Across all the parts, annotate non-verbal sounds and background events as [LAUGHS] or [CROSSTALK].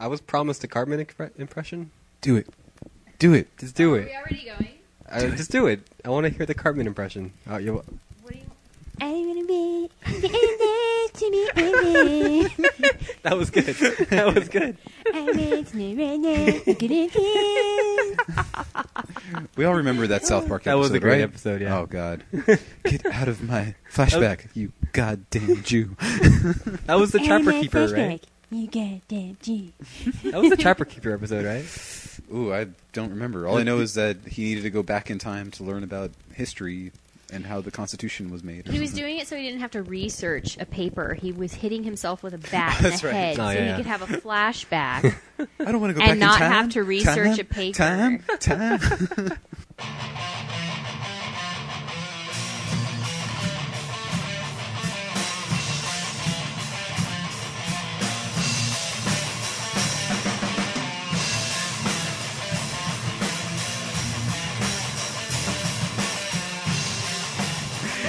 I was promised a Cartman impre- impression. Do it. Do it. Just do Are it. we already going? Uh, just do it. I want to hear the Cartman impression. Uh, you, What do you? I'm gonna be to be women. that was [LAUGHS] good. that was good. I'm a snowrunner. [LAUGHS] Good We all remember that South Park That episode. was a great right? episode, yeah. Oh, God. Get out of my flashback, you goddamn Jew. That was the Trapper Keeper, right? You goddamn G. That was the [LAUGHS] Trapper Keeper episode, right? Ooh, I don't remember. All I know is that he needed to go back in time to learn about history and how the Constitution was made. or He was something. doing it so he didn't have to research a paper. He was hitting himself with a [LAUGHS] bat in the That's right. head, Oh, so yeah, he yeah. [LAUGHS] could have a flashback. I don't want to go and back not in time. have to research time, a paper. Time, [LAUGHS] time.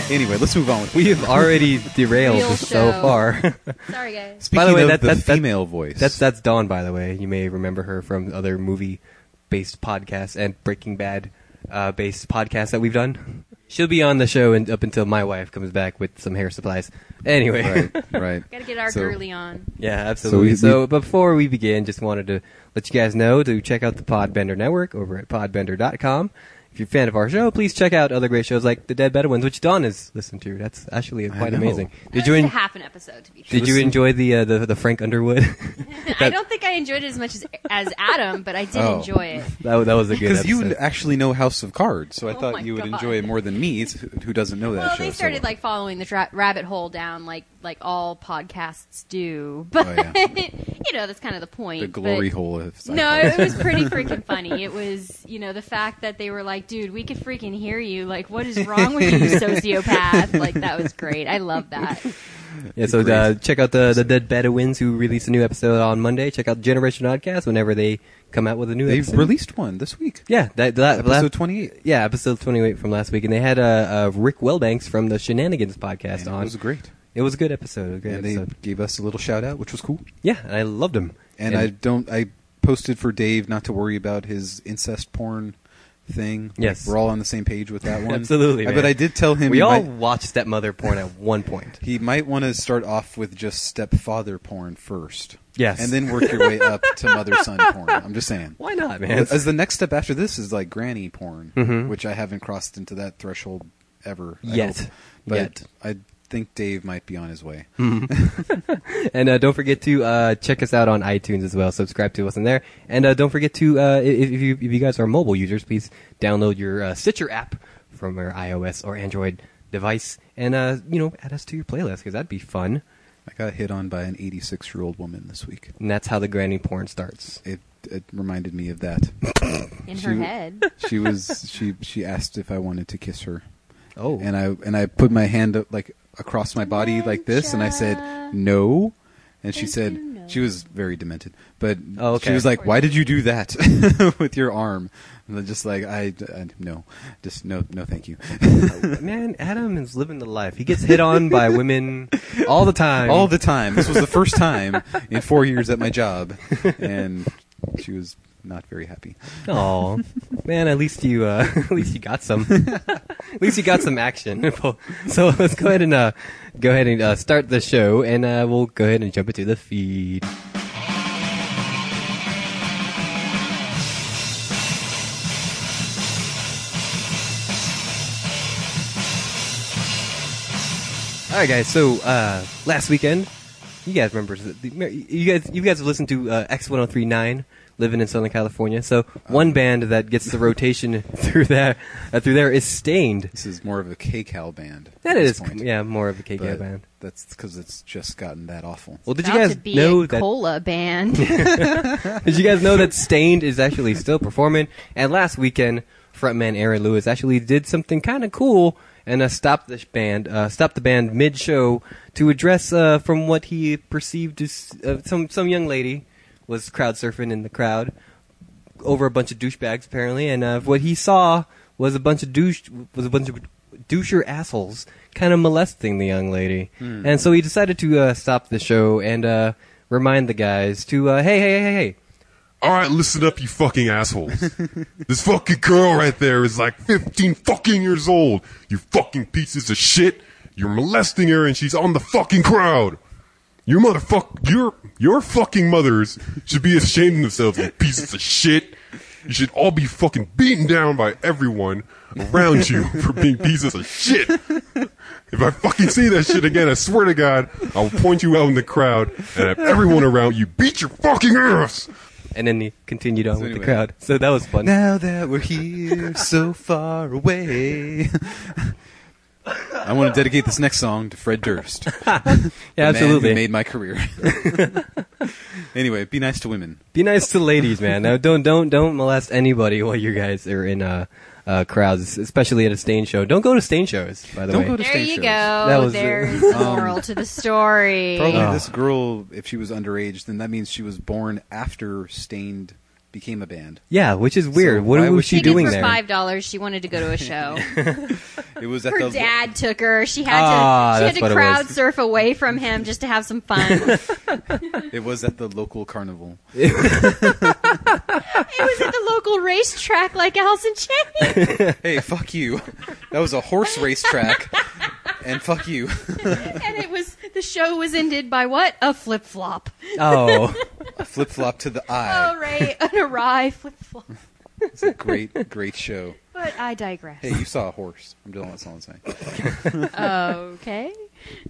anyway, let's move on. We have [LAUGHS] already derailed Real this so show. far. [LAUGHS] Sorry, guys. Speaking By the way, of that- the that- that- female voice. That's that's Dawn, by the way. You may remember her from other movie-based podcasts and Breaking Bad-based podcasts that we've done. She'll be on the show and up until my wife comes back with some hair supplies. Anyway, right, right. Got to get our So- girly on. yeah, absolutely. we- So, we- before we begin, just wanted to let you guys know to check out the Podbender Network over at podbender.com. If you're a fan of our show, please check out other great shows like The Dead Bedouins, which Dawn has listened to. That's actually I quite know. amazing. Did That you was en- just a half an episode to be fair. did you Listen- enjoy the uh, the, the Frank Underwood? [LAUGHS] [LAUGHS] I don't think I enjoyed it as much as, as Adam, but I did Oh. enjoy it. [LAUGHS] that, was- that was a good Because episode. you would actually know House of Cards, so I Oh thought my you would God. enjoy it more than me, it's- who doesn't know that Well, show. they so started well. like following the tra- rabbit hole down, like like all podcasts do. [LAUGHS] But Oh, yeah. you know, that's kind of the point. the But- glory hole. If I No, call it was [LAUGHS] pretty freaking funny. It was, you know, the fact that they were like, dude, we could freaking hear you. Like, what is wrong with [LAUGHS] you, sociopath? Like, that was great. I love that. Yeah, so uh, check out the, the Dead Bedouins who release a new episode on Monday. Check out Generation Oddcast whenever they come out with a new They've episode. released one this week. yeah, that, that Episode last- 28. yeah, episode 28 from last week. And they had uh, uh, Rick Wellbanks from the Shenanigans podcast And it on. was great. It was a good episode. A great And they episode. gave us a little shout out, which was cool. yeah, and I loved him. And, I don't. I posted for Dave not to worry about his incest porn thing. Like, Yes. we're all on the same page [LAUGHS] with that one. Absolutely, Uh, man. But I did tell him we he all might, watched stepmother porn at one [LAUGHS] point. he might want to start off with just stepfather porn first. Yes. and then work your way up to mother [LAUGHS] son porn. I'm just saying. Why not, man? As the next step after this is like granny porn, Mhm. which I haven't crossed into that threshold ever I Yet. hope. But Yet. Hmm. I think Dave might be on his way. And uh, don't forget to uh, check us out on iTunes as well. Subscribe to us in there, and uh, don't forget to uh, i- if, if you if you guys are mobile users, please download your uh, Stitcher app from your iOS or Android device, and uh, you know add us to your playlist because that'd be fun. I got hit on by an 86 year old woman this week. And that's how the granny porn starts. It it reminded me of that. In She her w- head. [LAUGHS] she was she she asked if I wanted to kiss her, Oh, and I and I put my hand up, like across my body like this, and I said no. And she Don't said you know? she was very demented, but Oh, she okay. was like, "Why did you do that [LAUGHS] with your arm?" And I'm just like I, I no, just no, no, thank you. man, Adam is living the life. He gets hit on by women [LAUGHS] all the time. All the time. This was the first time in four years at my job, and she was not very happy. Oh man, at least you uh, [LAUGHS] at least you got some at least you got some action. [LAUGHS] So let's go ahead and uh, go ahead and uh, start the show, and uh, we'll go ahead and jump into the feed. All right, guys. So uh, last weekend, you guys remember the- you guys you guys have listened to uh, X one zero three nine living in Southern California. So one band that gets the rotation [LAUGHS] through there uh, through there is Stained. This is more of a K-Cal band. That at this is point, yeah more of a KK but band. That's because it's just gotten that awful. Well, did you About guys to be know a that? [LAUGHS] cola band? Did you guys know that Stained is actually still performing? And last weekend, frontman Aaron Lewis actually did something kind of cool and uh, stopped the band, uh, stopped the band mid-show to address, uh, from what he perceived as uh, some some young lady was crowd surfing in the crowd over a bunch of douchebags apparently, and uh, what he saw was a bunch of douche was a bunch of doucher assholes kind of molesting the young lady, and so he decided to uh, stop the show and uh, remind the guys to uh, hey, hey, hey, hey, hey. All right, listen up, you fucking assholes. this fucking girl right there is like 15 fucking years old. You fucking pieces of shit. You're molesting her and she's on the fucking crowd. Your motherfuck, your, your fucking mothers should be ashamed of themselves, you pieces of shit. You should all be fucking beaten down by everyone around you for being pieces of shit. If I fucking see that shit again, I swear to God, I'll point you out in the crowd and have everyone around you beat your fucking ass. And then he continued on with anyway. the crowd. So that was [LAUGHS] fun. Now that we're here, so far away. I want to dedicate this next song to [LAUGHS] Fred Durst. yeah, the man who absolutely. made my career. [LAUGHS] anyway, be nice to women. Be nice to ladies, man. Now, don't don't don't molest anybody while you guys are in uh, uh, crowds, especially at a stain show. Don't go to stain shows, by the Don't way. go to- There Stage you shows. go. That was it. Um, There's the moral to [LAUGHS] the story. Probably Oh. this girl, if she was underage, then that means she was born after Stained became a band. yeah, which is weird. So what why was would she She did doing for there? five dollars. She wanted to go to [LAUGHS] a show. It was at Her the dad took her. She had Ah, to. that's She what had to it crowd was. surf away from him just to have some fun. [LAUGHS] it was at the local carnival. It was at the local racetrack, like Allison Chain. Hey, fuck you. That was a horse racetrack. And fuck you. [LAUGHS] and it was the show was ended by what? A flip flop. [LAUGHS] Oh, Flip flop to the eye. Oh, right, [LAUGHS] an awry flip flop. Oh. It's a great, great show. But I digress. Hey, you saw a horse. I'm doing that's all I'm saying. Okay.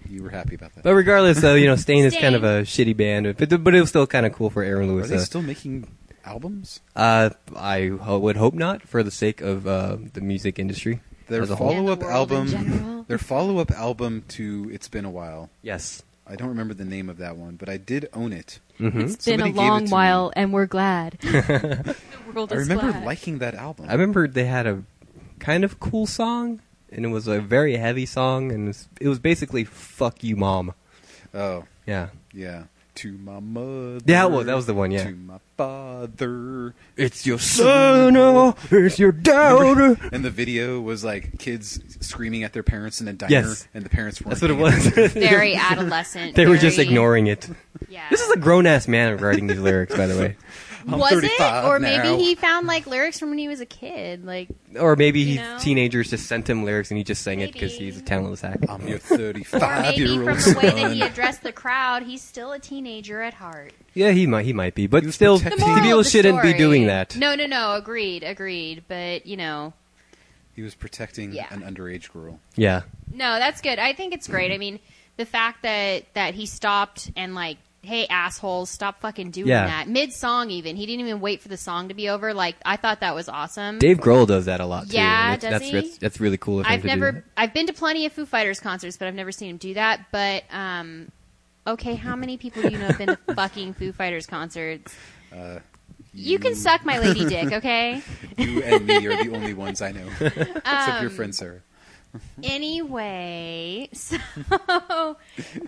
You were happy about that. but regardless, though, you know, Stain is Stain. kind of a shitty band, but but it was still kind of cool for Aaron Are Lewis. they uh, still making albums? Uh, I ho- would hope not, for the sake of uh, the music industry Their as a whole. [LAUGHS] follow up And the world in album. general. Their follow up album to It's Been a While. yes, I don't remember the name of that one, but I did own it. Mm-hmm. It's been Somebody a gave it long to while, and [LAUGHS] we're glad. the world I is remember glad. liking that album. I remember they had a kind of cool song, and it was a very heavy song, and it was, it was basically "fuck you, mom." oh, Yeah, yeah. To my mother. Yeah, well, that was the one, yeah. To my father. it's your son, it's your daughter. And the video was like kids screaming at their parents in a diner, Yes. and the parents weren't. [LAUGHS] That's what it paying attention. was. [LAUGHS] Very [LAUGHS] adolescent. they were just very- ignoring it. Yeah. This is a grown ass man writing these lyrics, by the [LAUGHS] way, I'm [LAUGHS] was it, 35 or maybe now. he found like lyrics from when he was a kid. Like or maybe he, You know? teenagers just sent him lyrics and he just sang it because Maybe. he's a talentless hack. I'm your [LAUGHS] or 35 maybe year from old the son. way that he addressed the crowd, he's still a teenager at heart. Yeah, he might, he might be, He but was still, protecting- The moral people of the shouldn't be story- doing that. No, no, no. Agreed, agreed. But you know, He was protecting Yeah. an underage girl. Yeah, no, that's good. I think it's great. I mean, the fact that that he stopped and like, hey, assholes, stop fucking doing Yeah. that mid song. Even he didn't even wait for the song to be over. Like, I thought that was awesome. Dave Grohl does that a lot too. Yeah, and it- does that's, he? that's that's really cool. Of him I've to do never. that. I've been to plenty of Foo Fighters concerts, but I've never seen him do that. But um, okay, how many people do you know have been [LAUGHS] to fucking Foo Fighters concerts? Uh, you can suck my lady [LAUGHS] dick, okay? You and me are the only ones I [LAUGHS] know, except Um, your friend Sarah. anyway, [LAUGHS] [LAUGHS] so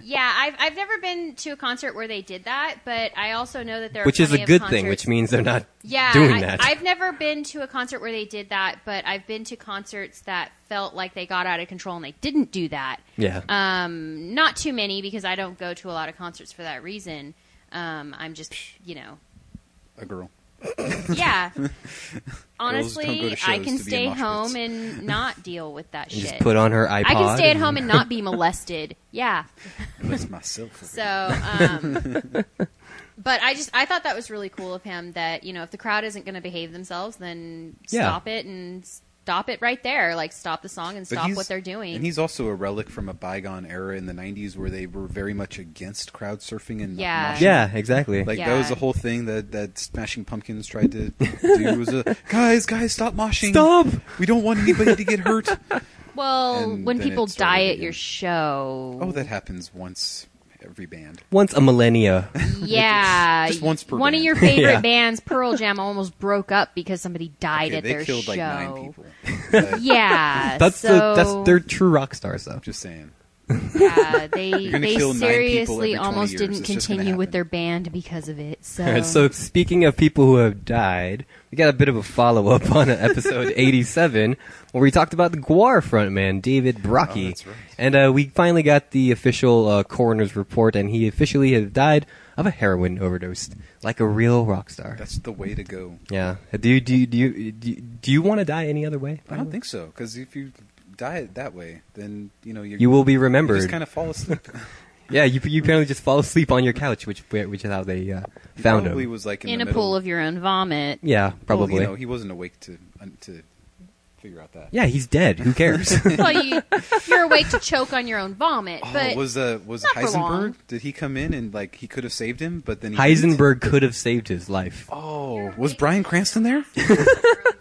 yeah, I've I've never been to a concert where they did that, but I also know that there are which is a plenty of good thing, concerts- which means they're not yeah, doing I, that. I've never been to a concert where they did that, but I've been to concerts that felt like they got out of control and they didn't do that. yeah, Um, not too many because I don't go to a lot of concerts for that reason. Um, I'm just, you know, A girl. [LAUGHS] yeah. don't go Honestly, to I shows to can be in stay mosh pits. home [LAUGHS] and not deal with that And shit. just put on her iPod. I can stay at and- home and not [LAUGHS] be molested. Yeah. That's myself. So, um, but I just I thought that was really cool of him that you know if the crowd isn't going to behave themselves, then Yeah. stop it and stop it right there. Like stop the song and But stop he's- what they're doing. And he's also a relic from a bygone era in the 90s where they were very much against crowd surfing and Yeah. moshing. Yeah, exactly. Like that Yeah. was the whole thing that, that Smashing Pumpkins tried to do was [LAUGHS] a guys, guys, stop [LAUGHS] moshing. Stop! We don't want anybody to get hurt. [LAUGHS] well, and when then people it started die at again. your show, [LAUGHS] Oh, that happens once every band. Once a millennia. Yeah, Just once per one band. of [LAUGHS] your favorite Yeah. bands, Pearl Jam, almost broke up because somebody died Okay, at they their killed show. like nine people. But [LAUGHS] Yeah, That's so, the that's they're true rock stars though. just saying. yeah, Uh, [LAUGHS] they gonna they kill nine people every seriously 20 almost years. didn't It's just gonna continue with happen. their band because of it. So, [LAUGHS] All right, [LAUGHS] so speaking of people who have died, we got a bit of a follow up [LAUGHS] on [LAUGHS] episode 87 where we talked about the Guar frontman David Brocky. Oh, that's right. And uh, we finally got the official uh, coroner's report and he officially has died of a heroin overdose, like a real rock star. That's the way to go. Yeah. Do you do you, do you, do you, do you want to die any other way? Oh. I don't think so, because if you die that way, then you know you you will be you remembered. just kind of fall asleep. yeah, you you apparently just fall asleep on your couch, which which is how they uh, [LAUGHS] He found probably him. was like in, in the a middle. pool of your own vomit. yeah, Well, probably. you know, he wasn't awake to un- to figure out that. yeah, he's dead. Who [LAUGHS] cares? [LAUGHS] well, you, you're awake to choke on your own vomit, Oh, but was uh, was not for Heisenberg? long. Did he come in and like he could have saved him, but then he didn't? Heisenberg could have saved his life. Oh, was Brian Cranston there? [LAUGHS]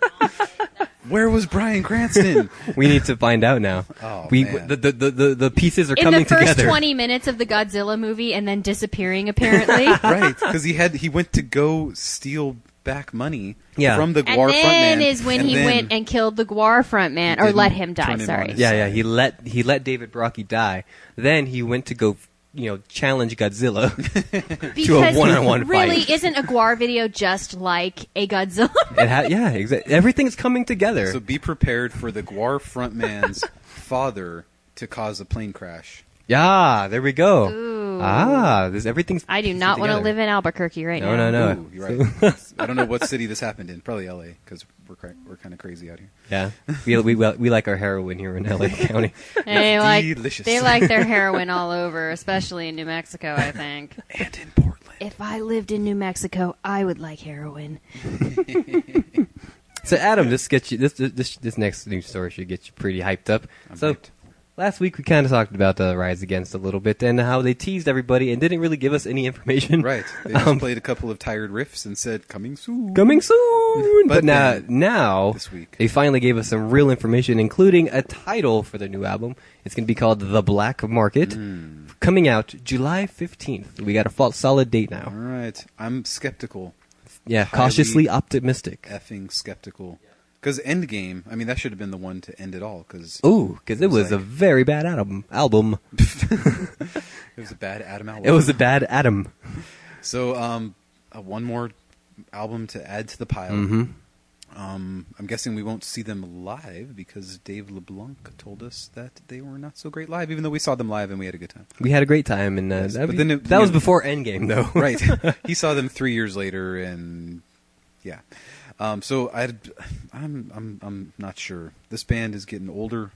Where was Brian Cranston? We need to find out now. [LAUGHS] Oh, we man. The, the the the pieces are in coming the first together. 20 minutes of the Godzilla movie and [LAUGHS] then disappearing apparently. right, because he had he went to go steal back money Yeah. from the and Guar then frontman, is when and he then- went and killed the Guar frontman or didn't let him die, turn him on sorry. [LAUGHS] his- Yeah, yeah. He let he let David Brocky die. Then he went to go, you know, challenge Godzilla. [LAUGHS] Because one-on-one really fight. isn't a Guar video just like [LAUGHS] a Godzilla? it ha- yeah, exa- everything's coming together. So be prepared for the Guar frontman's [LAUGHS] father to cause a plane crash. yeah, there we go. Ooh. Ah, this everything's. I do not want to together. live in Albuquerque right No, now. no, no. Ooh, you're [LAUGHS] right. I don't know what city this happened in. Probably L.A. because we're cra- we're kind of crazy out here. Yeah, we we we like our heroin here in L.A. [LAUGHS] County. They like, Delicious. they like their heroin all over, especially in New Mexico, I think. And in Portland, If I lived in New Mexico, I would like heroin. So Adam, this gets you. This this this next news story should get you pretty hyped up. so hyped. last week we kind of talked about the Rise Against a little bit and how they teased everybody and didn't really give us any information. right? They just Um, played a couple of tired riffs and said, "Coming [LAUGHS] soon." coming soon. but But now, then, now this week. they finally gave us some real information, including a title for the new album. It's going to be called "The Black Market," Hmm. coming out July fifteenth. We got a fa- solid date All now. right, I'm skeptical. Yeah, Highly- cautiously optimistic. effing skeptical. Because Endgame, I mean, that should have been the one to end it all. Because Ooh, because it It was was a like- very bad album. Album. it was a bad Adam album. It was a bad Adam. so um, uh, one more [LAUGHS] album to add to the pile. Mm-hmm. Um, I'm guessing we won't see them live because Dave LeBlanc told us that they were not so great live, even though we saw them live and we had a good time. We had a great time, and uh, Yes, that, but we- then it- that you was know- before Endgame, though. [LAUGHS] [LAUGHS] right. he saw them three years later, and yeah. Um, so I, I'm, I'm, I'm not sure. This band is getting older.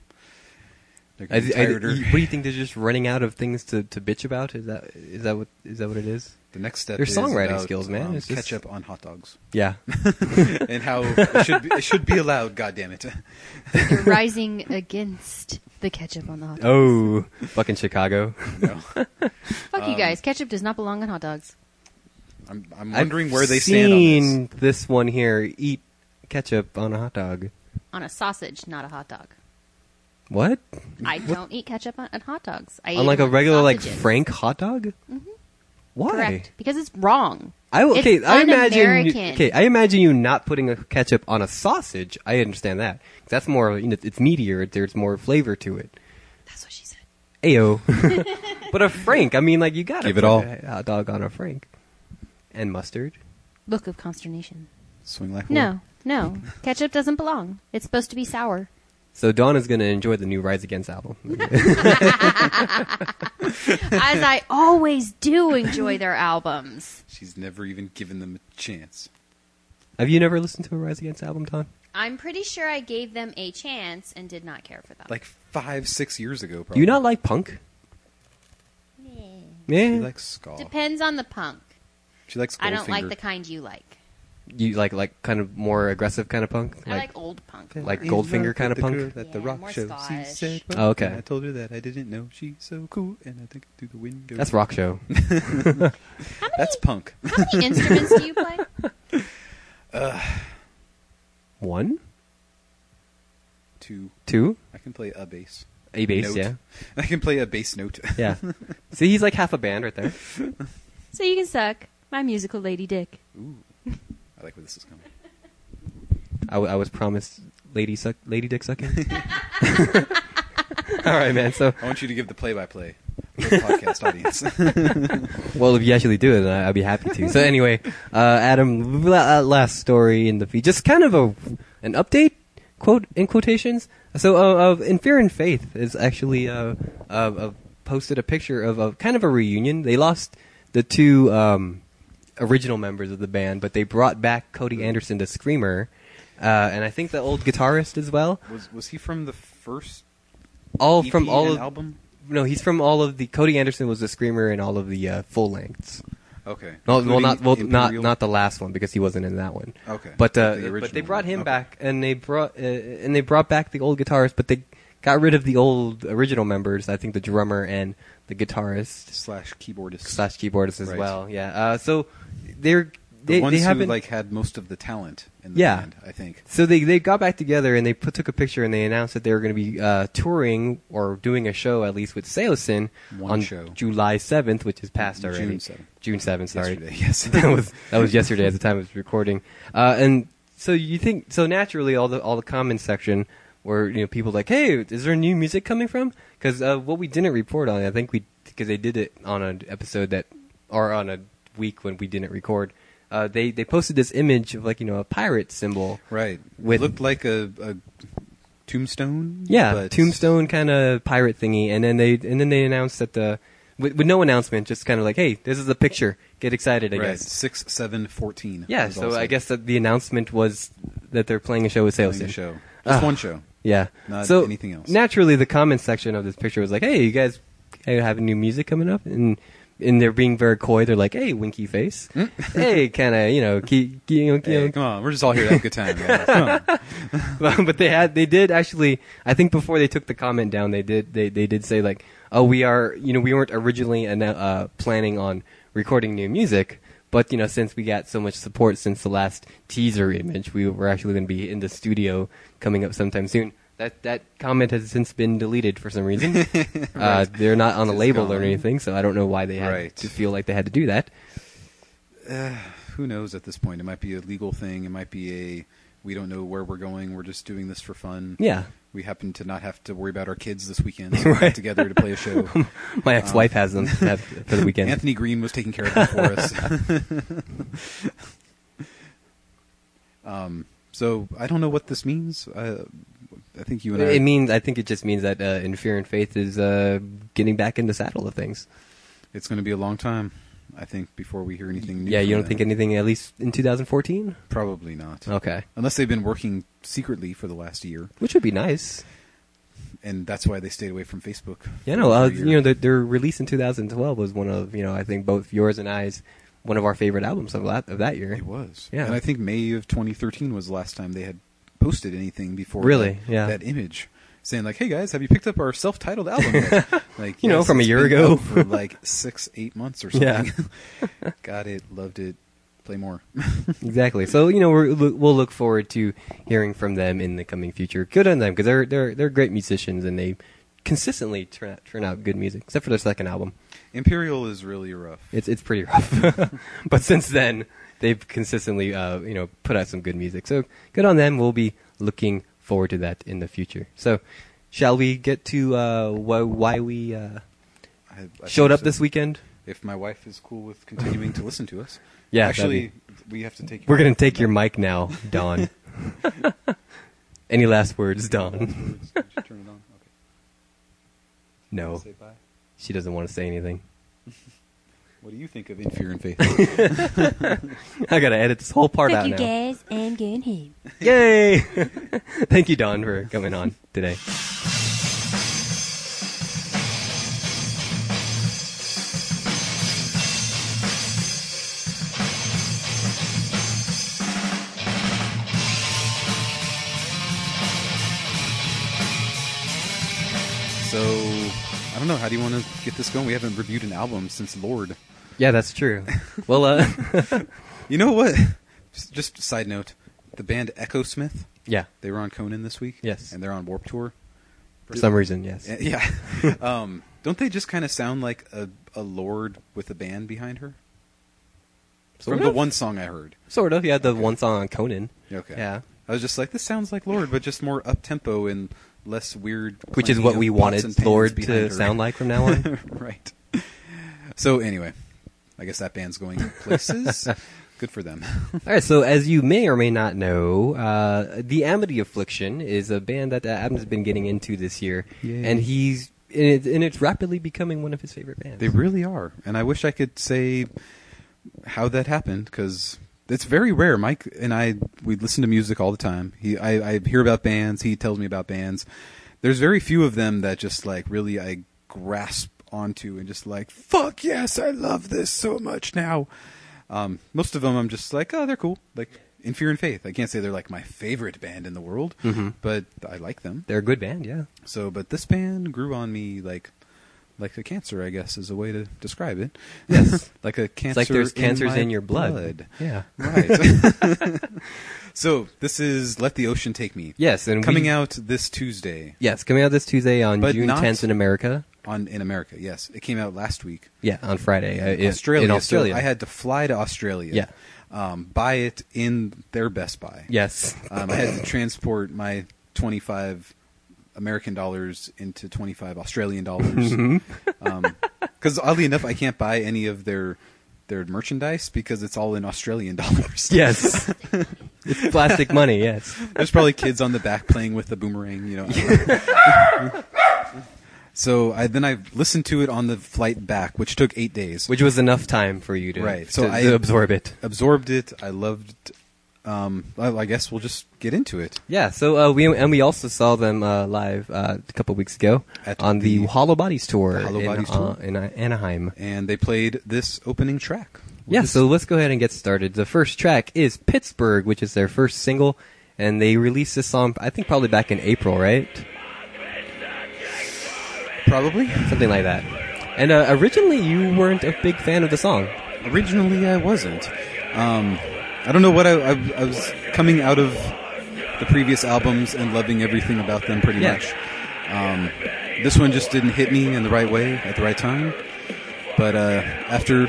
They're I, I, getting what tireder. do you think? They're just running out of things to, to bitch about. Is that is that what is that what it is? The next step Their is songwriting about, skills, man. um, It's just- ketchup on [LAUGHS] hot dogs [LAUGHS] Yeah, and how it should be, it should be allowed. God damn it! [LAUGHS] They're rising against the ketchup on the hot dog. Oh, fucking Chicago. [LAUGHS] No. Oh, Fuck um, you guys. Ketchup does not belong on hot dogs. I'm, I'm wondering where they I've stand on seen this one here eat ketchup on a hot dog. On a sausage, not a hot dog. What? I don't eat ketchup on, on hot dogs. I on eat like them a regular like sausages. Frank hot dog? Mm-hmm. Why? Correct. Because it's wrong. I will- It's okay. I imagine. You, un-American. okay, I imagine you not putting a ketchup on a sausage. I understand that. 'Cause That's more. You know, it's meatier. There's more flavor to it. That's what she said. Ayo. [LAUGHS] but a Frank. I mean, like you gotta Give it put all. a hot dog on a Frank and mustard. Look of consternation. this. Swing like No, no. Ketchup doesn't belong. It's supposed to be sour. So Dawn is gonna enjoy the new Rise Against [LAUGHS] album. As [LAUGHS] I always do enjoy their albums. She's never even given them a chance. Have you never listened to a Rise Against album, Dawn? I'm pretty sure I gave them a chance and did not care for them. Like five, six years ago, Do probably. you not like punk? Yeah. She You like, likes ska. Depends on the punk. She likes. I don't like oh. Goldfinger. the kind you like. like kind of more aggressive kind of punk? I like old punk. more. like Goldfinger kind of The punk? girl at the Yeah, rock more show. She Scottish. said, Oh, okay. and I told her that I didn't know she's so cool, and I think through the window. That's rock show. [LAUGHS] How many, That's punk. [LAUGHS] how many instruments do you play? One, Two. two, I can play a bass. [LAUGHS] a bass, Note. yeah, I can play a bass note. [LAUGHS] yeah. See, he's like half a band right there. So you can suck my musical lady dick. Ooh. I like where this is coming. I, w- I was promised lady suck, lady dick sucking. [LAUGHS] All right, man. So, I want you to give the play-by-play for [LAUGHS] the podcast audience. [LAUGHS] well, if you actually do it, then I- I'd be happy to. So, anyway, uh, Adam, la- uh, last story in the feed, just kind of a an update, quote in quotations. So, uh, of in fear and faith is actually uh, uh, uh, posted a picture of a kind of a reunion. They lost the two um, original members of the band, but they brought back Cody Anderson to Screamer, uh, and I think the old guitarist as well. Was was he from the first All EP Oh, from all E and of album? no, he's from all of the Cody Anderson was the Screamer in all of the uh, full lengths. Okay. No, well, Including not well, not Imperial? not the last one because he wasn't in that one. Okay. but uh, The but they original brought one. him Okay. back, and they brought uh, and they brought back the old guitarist, but they got rid of the old original members. I think the drummer and the guitarist slash keyboardist. slash keyboardist as Right. well. Yeah. Uh, so they're the they, ones they who haven't like had most of the talent in the Yeah. band, I think. so they they got back together and they put, took a picture and they announced that they were going to be uh, touring or doing a show at least with Seosin One on show. July seventh, which is past June already. 7th. June seventh. Sorry. Yesterday, [LAUGHS] yes. [LAUGHS] that was that [LAUGHS] was yesterday at the time of this recording. Uh, and so you think so naturally all the all the comments section were you know people like, hey, is there new music coming from? Because uh, what we didn't report on, I think we because they did it on an episode that or on a week when we didn't record. Uh, they they posted this image of like you know a pirate symbol, Right. With- looked like a, a tombstone. yeah, but- tombstone kind of pirate thingy, and then they and then they announced that the with, with no announcement, just kind of like, hey, this is a picture, get excited, I Right. guess. Six seven fourteen. Yeah, was so also I guess that the announcement was that they're playing a show with playing Sales. Ah. the show. Just one show. Yeah. Not so anything else. Naturally, the comment section of this picture was like, "Hey, you guys have new music coming up," and and they're being very coy. They're like, "Hey, winky face. hey, kind of you know, keep, you know, Hmm? Hey, you know, come on, we're just all here to have a good [LAUGHS] time. guys. Come on. Well, [LAUGHS] but they had they did actually I think before they took the comment down they did they, they did say like oh we are you know we weren't originally an- uh, planning on recording new music but you know since we got so much support since the last teaser image we were actually going to be in the studio coming up sometime soon that that comment has since been deleted for some [LAUGHS] reason uh, they're not on the It's label or gone. anything so I don't know why they had Right. to feel like they had to do that who knows at this point? It might be a legal thing. It might be a we don't know where we're going. We're just doing this for fun. yeah We happen to not have to worry about our kids [LAUGHS] this weekend. So we got together to play a show. my ex wife has [LAUGHS] them have- for the weekend Anthony Green was taking care of them for us. um, [LAUGHS] [LAUGHS] Um, so I don't know what this means. I, I think you and I. It means I think it just means that uh, in fear and faith is uh, getting back in the saddle of things. it's going to be a long time. I think before we hear anything new. yeah, you from don't think them. anything at least in 2014? Probably not. Okay, Unless they've been working secretly for the last year, which would be nice. and that's why they stayed away from Facebook. Yeah, no, for uh, a year. you know, their, their release in 2012 was one of you know I think both yours and I's one of our favorite albums of that of that year. It was. Yeah. And I think May of 2013 was the last time they had posted anything before Really? that, Yeah. that image saying like, "Hey guys, have you picked up our self-titled album?" yet?" [LAUGHS] like, You know, yes, from a it's year been ago. out [LAUGHS] for like 6 8 months or something. Yeah. [LAUGHS] Got it, loved it. Play more. [LAUGHS] [LAUGHS] Exactly. So you know we're, we'll look forward to hearing from them in the coming future. Good on them because they're they're they're great musicians and they consistently turn out, turn out good music, except for their second album. Imperial is really rough. It's it's pretty rough, [LAUGHS] but since then they've consistently uh, you know put out some good music. So good on them. We'll be looking forward to that in the future. So shall we get to uh, why, why we uh, I, I showed think up so. this weekend? If my wife is cool with continuing to listen to us. [LAUGHS] Yeah, that'd Actually, we have to take We're gonna take your mic now, [LAUGHS] Don. Any last words, [LAUGHS] Don? Turn it on. No, Okay. Say bye. she doesn't want to say anything. What do you think of In Fear and Faith? I gotta edit this whole part Thank out you now. guys. I'm going home. Yay! [LAUGHS] Thank you, Don, for coming on today. So I don't know. How do you want to get this going? We haven't reviewed an album since Lord. Yeah, that's true. Well, uh, [LAUGHS] You know what? [LAUGHS] Just, just a side note: the band Echo Smith. yeah, They were on Conan this week. Yes. and they're on Warp Tour. for some reason, yes. Uh, Yeah. [LAUGHS] um, don't they just kind of sound like a, a Lord with a band behind her? Sort From the of. one song I heard. Sort of, yeah. The one song on Conan. Okay. Yeah. I was just like, this sounds like Lord, but just more up tempo and less weird. Which is clanging what of we pots and wanted pans Lord behind to her. sound like from now [LAUGHS] on. right. So anyway, I guess that band's going places. Good for them. All right, so as you may or may not know, uh, the Amity Affliction is a band that uh, Adam's been getting into this year, Yay. and he's and, it, and it's rapidly becoming one of his favorite bands. They really are, and I wish I could say how that happened because it's very rare. Mike and I we listen to music all the time. He I, I hear about bands. He tells me about bands. There's very few of them that just like really I grasp onto and just like fuck yes, I love this so much now. Um, most of them I'm just like oh they're cool like. In Fear and Faith. I can't say they're like my favorite band in the world, but I like them. They're a good band, yeah. So, but this band grew on me like like a cancer, I guess, is a way to describe it. [LAUGHS] [LAUGHS] Yes, like a cancer. It's like there's cancers my in, your blood. Yeah. [LAUGHS] Right. [LAUGHS] so this is "Let the Ocean Take Me." Yes, and coming we- out this Tuesday Yes, coming out this Tuesday on But June not- 10th in America. on in America. Yes, it came out last week. Yeah, on Friday. uh, in- Australia. In so Australia. I had to fly to Australia. Yeah. Um, buy it in their Best Buy. Yes. Um, I had to transport my 25 American dollars into 25 Australian dollars. Because oddly enough, I can't buy any of their their merchandise because it's all in Australian [LAUGHS] dollars. [LAUGHS] Yes. it's plastic money, yes. There's probably kids on the back playing with a boomerang, you know. I don't know. so I, then I listened to it on the flight back, which took eight days. Which was enough time for you to, Right, so to- I- to absorb it. absorbed it. I loved. Um, I, I guess we'll just get into it. Yeah, so uh, we and we also saw them uh, live uh, a couple weeks ago At on the, the- Hollow Bodies tour, the Hollow in, Bodies uh, tour. in uh, Anaheim. And they played this opening track. Yeah, so let's go ahead and get started. The first track is Pittsburgh, which is their first single, and they released this song I think probably back in April, right? Probably. Something like that. And uh, originally, you weren't a big fan of the song. Originally, I wasn't. Um, I don't know what I, I, I was coming out of the previous albums and loving everything about them pretty Yeah. much. Um, this one just didn't hit me in the right way at the right time. But uh, after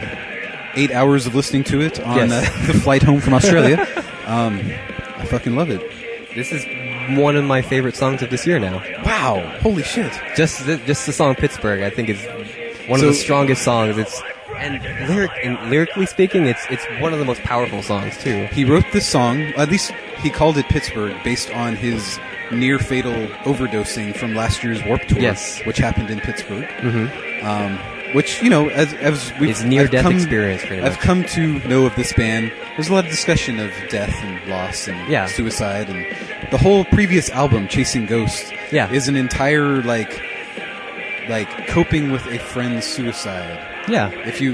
eight hours of listening to it on Yes. uh, [LAUGHS] the flight home [LAUGHS] from Australia, um, I fucking love it. This is one of my favorite songs of this year now. Wow! Holy shit! Just the, just the song Pittsburgh, I think is one So- of the strongest songs. It's and lyric and lyrically speaking, it's it's one of the most powerful songs too. He wrote this song, at least he called it Pittsburgh, based on his near fatal overdosing from last year's Warp Tour, Yes. which happened in Pittsburgh. Um, which, you know, as, as we've His near-death I've come- experience, pretty I've much. come to know of this band. There's a lot of discussion of death and loss and Yeah. suicide, and the whole previous album, Chasing Ghosts, Yeah. is an entire, like, like coping with a friend's suicide. Yeah, If you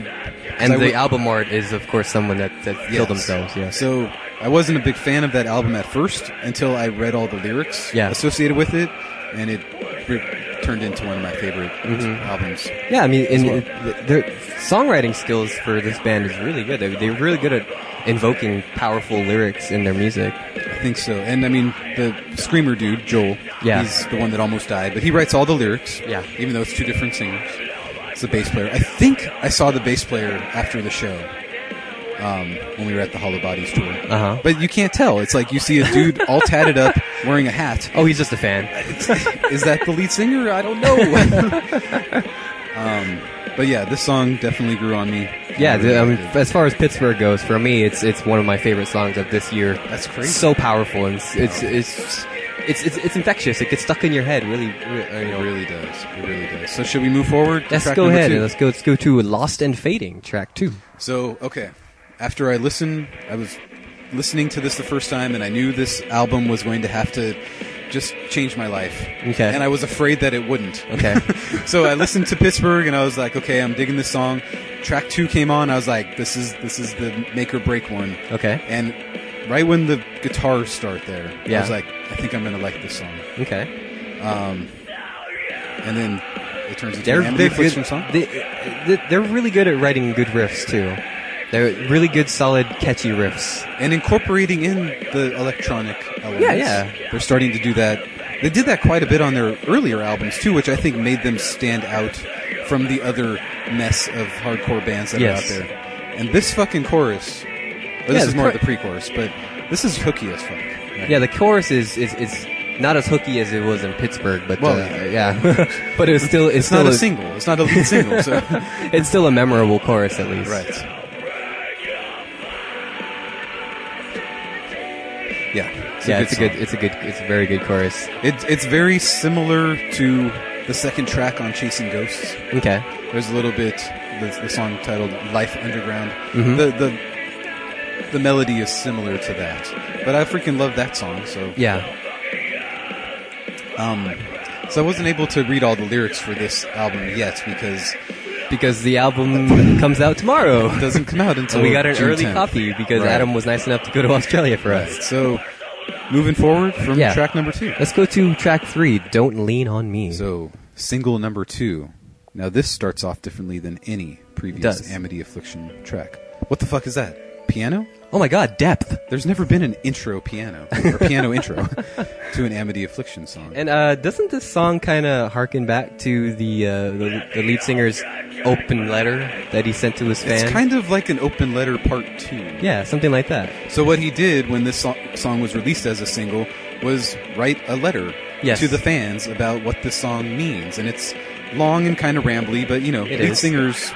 and the album. album art is of course someone that, that killed Yes. themselves. Yes. So I wasn't a big fan of that album at first until I read all the lyrics Yeah. associated with it, and it re- turned into one of my favorite Mm-hmm. albums. Yeah, I mean, and well. th- their songwriting skills for this band is really good. They're, they're really good at invoking powerful lyrics in their music. I think so. And I mean, the screamer dude, Joel, Yeah. he's the one that almost died, but he writes all the lyrics, Yeah. even though it's two different singers. It's the bass player. I think I saw the bass player after the show. Um, when we were at the Hollow Bodies tour, Uh-huh. but you can't tell. It's like you see a dude all tatted up, wearing a hat, Oh, he's just a fan. [LAUGHS] is that the lead singer? I don't know. um, [LAUGHS] but yeah, this song definitely grew on me. Yeah, th- I mean, Really did. as far as Pittsburgh goes, for me, it's it's one of my favorite songs of this year. That's crazy. So powerful, and it's it's it's, it's, it's, it's infectious. It gets stuck in your head, really. re- uh, you it know, really does. It really does. So should we move forward? to Let's track go number ahead two? and let's go let's go to Lost and Fading, track two. So okay, after I listened, I was listening to this the first time, and I knew this album was going to have to just change my life. Okay. And I was afraid that it wouldn't. Okay. [LAUGHS] so I listened to Pittsburgh, and I was like, okay, I'm digging this song. Track two came on. I was like, this is this is the make or break one. [LAUGHS] Okay. And right when the guitars start there, I Yeah. was like, I think I'm gonna like this song. Okay. And then it turns into They're an they're Amity good. Affliction song. They, they- they're really good at writing good riffs too. They're really good, solid, catchy riffs. and incorporating in the electronic elements. Yeah, yeah. They're starting to do that. They did that quite a bit on their earlier albums too, which I think made them stand out from the other mess of hardcore bands that Yes. are out there. And this fucking chorus, or this Yeah, is the more chor- of the pre-chorus, but this is hooky as fuck. right? Yeah, the chorus is is, is not as hooky as it was in Pittsburgh, but Well, uh, yeah, [LAUGHS] but it was still it's, it's not still a single. It's not a lead [LAUGHS] single. So It's still a memorable chorus, at least. Right. Yeah. yeah, it's a song. good, it's a good, it's a very good chorus. It, it's very similar to the second track on Chasing Ghosts. Okay. There's a little bit the, the song titled "Life Underground." Mm-hmm. The the the melody is similar to that, but I freaking love that song. So Yeah. um, so I wasn't able to read all the lyrics for this album yet because Because the [LAUGHS] album comes out tomorrow. it doesn't come out [LAUGHS] until So we got an June early 10th. copy because Right. Adam was nice enough to [LAUGHS] go to Australia for Right. us. So moving forward from Yeah. track number two. Let's go to track three. Don't lean on me. So, single number two. Now, this starts off differently than any previous Does. Amity Affliction track. What the fuck is that? Piano? oh my God, depth. There's never been an intro piano or [LAUGHS] piano intro to an Amity Affliction song. And uh, doesn't this song kind of harken back to the, uh, the the lead singer's open letter that he sent to his fan? it's kind of like an open letter part two. yeah, something like that. So, what he did when this so- song was released as a single was write a letter Yes. to the fans about what this song means. And it's long and kind of rambly, but you know, It lead is. singers,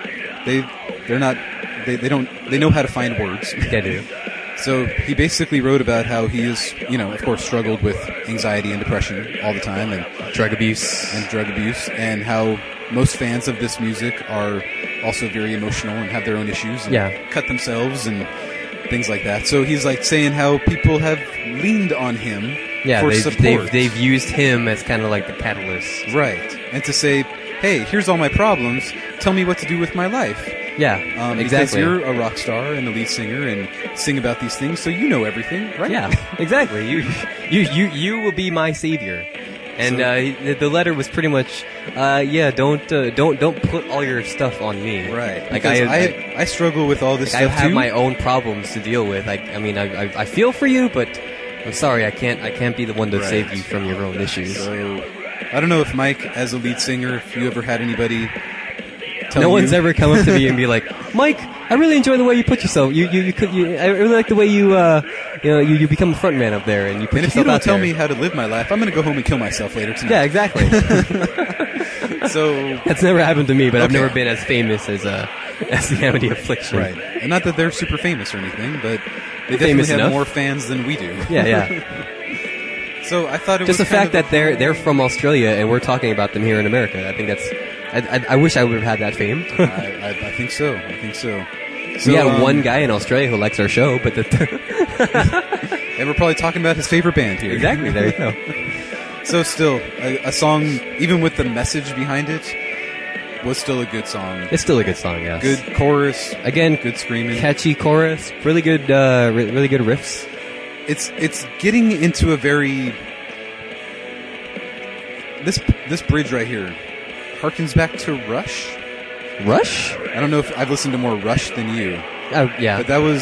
they, they're not, they, they don't, they know how to find words. Yeah, dude. So he basically wrote about how he is, you know, of course, struggled with anxiety and depression all the time, and Drug abuse. and drug abuse, and how most fans of this music are also very emotional and have their own issues, and Yeah. cut themselves and things like that. So he's like saying how people have leaned on him yeah, for they've, support, they've they've used him as kind of like the catalyst. right, and to say, hey, here's all my problems. Tell me what to do with my life. Yeah, Um, Because exactly. you're a rock star and a lead singer and sing about these things, so you know everything, right? [LAUGHS] Yeah, exactly. You, you, you, you will be my savior. And uh, the- the letter was pretty much, uh, yeah, don't, uh, don't, don't put all your stuff on me. Right. Like I, Because I, like, I, struggle with all this I stuff have too. my own problems to deal with. Like, I mean, I, I, I feel for you, but I'm sorry, I can't, I can't be the one to Right. save you from your own issues. So, I don't know if Mike, as a lead singer, if you ever had anybody. Tell no you, one's ever come up to me and be like, Mike, I really enjoy the way you put yourself. You, you, you, could, you I really like the way you, uh, you know, you, you become a front man up there and you put And if you yourself don't out tell there. me how to live my life, I'm going to go home and kill myself later tonight. yeah, exactly. [LAUGHS] So That's never happened to me, but I've Okay. never been as famous as uh, as the Amity Affliction. right, and not that they're super famous or anything, but they definitely Famous have enough. more fans than we do. Yeah, yeah. [LAUGHS] So I thought it Just the was kind fact of a- that they're they're from Australia and we're talking about them here in America. I think that's. I, I, I wish I would have had that [LAUGHS] fame. I, I, I think so. I think so. So, we had um, one guy in Australia who likes our show, but [LAUGHS] the, And we're probably talking about his favorite band here. exactly there you go. [LAUGHS] So still, a, a song, even with the message behind it, was still a good song. It's still a good song, yes. Good chorus, Again, good screaming. catchy chorus, really good, uh, re- really good riffs. It's it's getting into a very this this bridge right here harkens back to Rush. Rush? I don't know if I've listened to more Rush than you, Oh yeah, but that was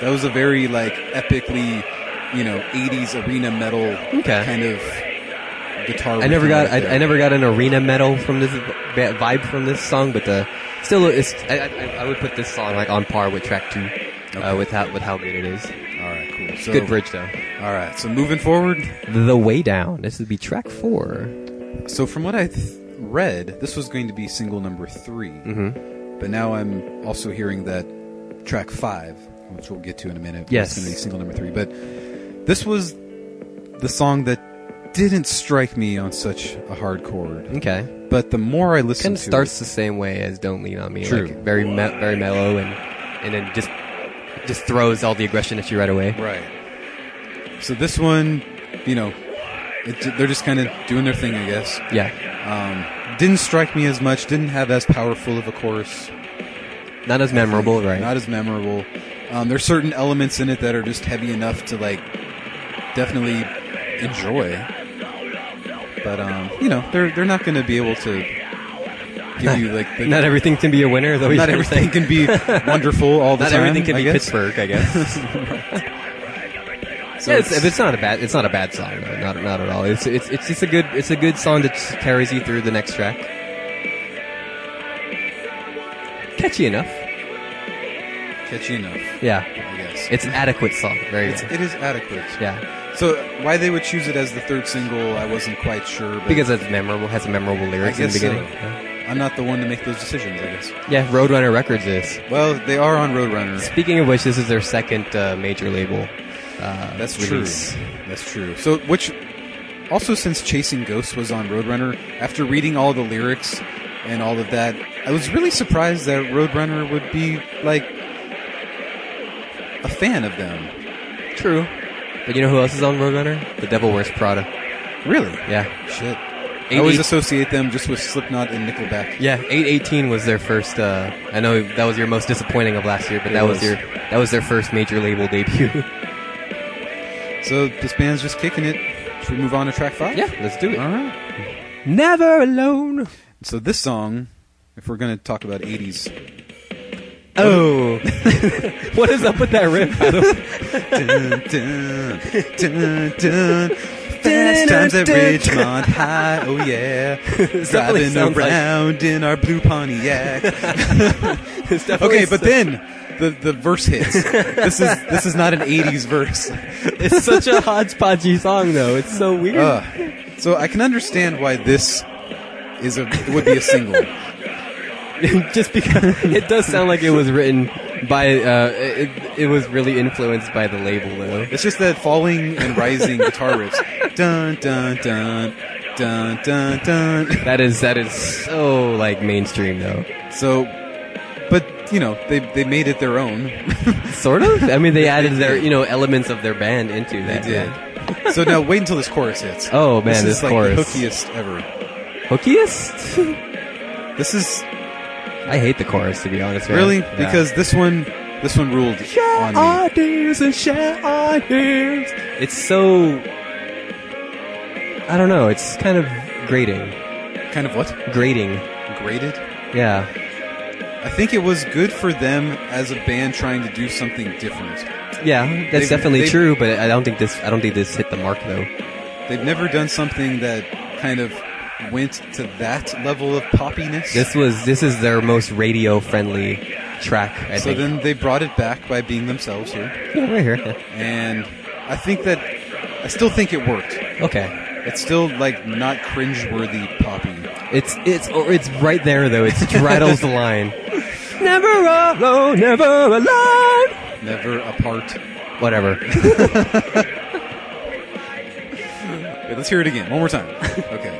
that was a very like epically, you know, '80s arena metal Okay. kind of guitar. I never riff got, right I, there. I never got an arena medal from this vi- vibe from this song, but the still, it's, I, I, I would put this song like on par with track two, uh, with how with how good it is. All right, cool. So, Good bridge though. All right, so moving forward, The Way Down. This would be track four. So from what I th- read, this was going to be single number 3 mm-hmm. but now I'm also hearing that track five, which we'll get to in a minute. Yes. it's going to be single number three. But this was the song that didn't strike me on such a hard chord. Okay. But the more I listen Kind of to starts the same way as Don't Lean on Me. True. Like very me- very mellow and and then just just throws all the aggression at you right away. it, right? So this one, you know, it, they're just kind of doing their thing, I guess. Yeah. Um, didn't strike me as much. Didn't have as powerful of a chorus. Not as memorable, right? Not as memorable. Um, there's certain elements in it that are just heavy enough to like definitely enjoy. But um, you know, they're they're not going to be able to give you like the, [LAUGHS] Not everything can be a winner. Though not everything [LAUGHS] can be wonderful all the Not time. everything can I be guess. Pittsburgh, I guess. So yeah, it's, it's- but it's not a bad. It's not a bad song. Though. Not not at all. It's it's it's just a good. It's a good song that carries you through the next track. Catchy enough. catchy enough, Yeah. I guess. It's an adequate song. Very It's- good. it is adequate. Yeah, So why they would choose it as the third single, I wasn't quite sure. But because it's memorable. Has memorable lyrics I in the guess beginning. so. I'm not the one to make those decisions. I guess. Yeah, Roadrunner Records is. Well, they are on Roadrunner. Speaking of which, this is their second uh, major label. Uh, That's release. true. That's true. So which Also, since Chasing Ghosts was on Roadrunner, after reading all the lyrics and all of that, I was really surprised that Roadrunner would be like a fan of them. True. But you know who else is on Roadrunner? The Devil Wears Prada. Really? Yeah. Shit. I Eight- always eight- associate them just with Slipknot and Nickelback. Yeah, 818 was their first. Uh, I know that was your most disappointing of last year, but It that was was. your that was their first major label debut. [LAUGHS] So this band's just kicking it. Should we move on to track five? yeah, let's do All it. right. Never alone. So this song, if we're going to talk about 80s, Oh, [LAUGHS] what is up with that [LAUGHS] riff? Adam? dun, dun, dun, dun. Fast times [LAUGHS] at Ridgemont High, oh yeah. definitely Driving sounds like- around in our blue Pontiac. [LAUGHS] It's definitely Okay, but so- then the, the verse hits. This is this is not an [LAUGHS] '80s verse. it's such a hodgepodgey song, though. It's so weird. Ugh. so I can understand why this is a would be a single. [LAUGHS] Just because [LAUGHS] it does sound like it was written by, uh, it, it was really influenced by the label, though. It's just that falling and rising guitar riffs. Dun dun dun dun dun dun. That is that is so like mainstream, though. So, but you know, they they made it their own. Sort of. I mean, they added their you know elements of their band into They that. did. [LAUGHS] so now wait until this chorus hits. Oh, man, this this is like the chorus. hookiest ever. Hookiest? This is I hate the chorus to be honest. man. really Yeah. because this one this one ruled on me. ideas and share ideas. It's so. I don't know. It's kind of grating. Kind of what Grating. graded? Yeah. I think it was good for them as a band trying to do something different. Yeah, that's They- definitely they- true. But I don't think this. I don't think this hit the mark though. They've never done something that kind of went to that level of poppiness. This was. This is their most radio friendly track. I so think. then they brought it back by being themselves here, Yeah, right here. [LAUGHS] and I think that I still think it worked. Yeah. Okay. It's still like not cringeworthy poppy. It's it's oh, it's right there though. It's [LAUGHS] rattles the line. Never alone. Never alone. Never apart. Whatever. Wait, let's hear it again. One more time. Okay.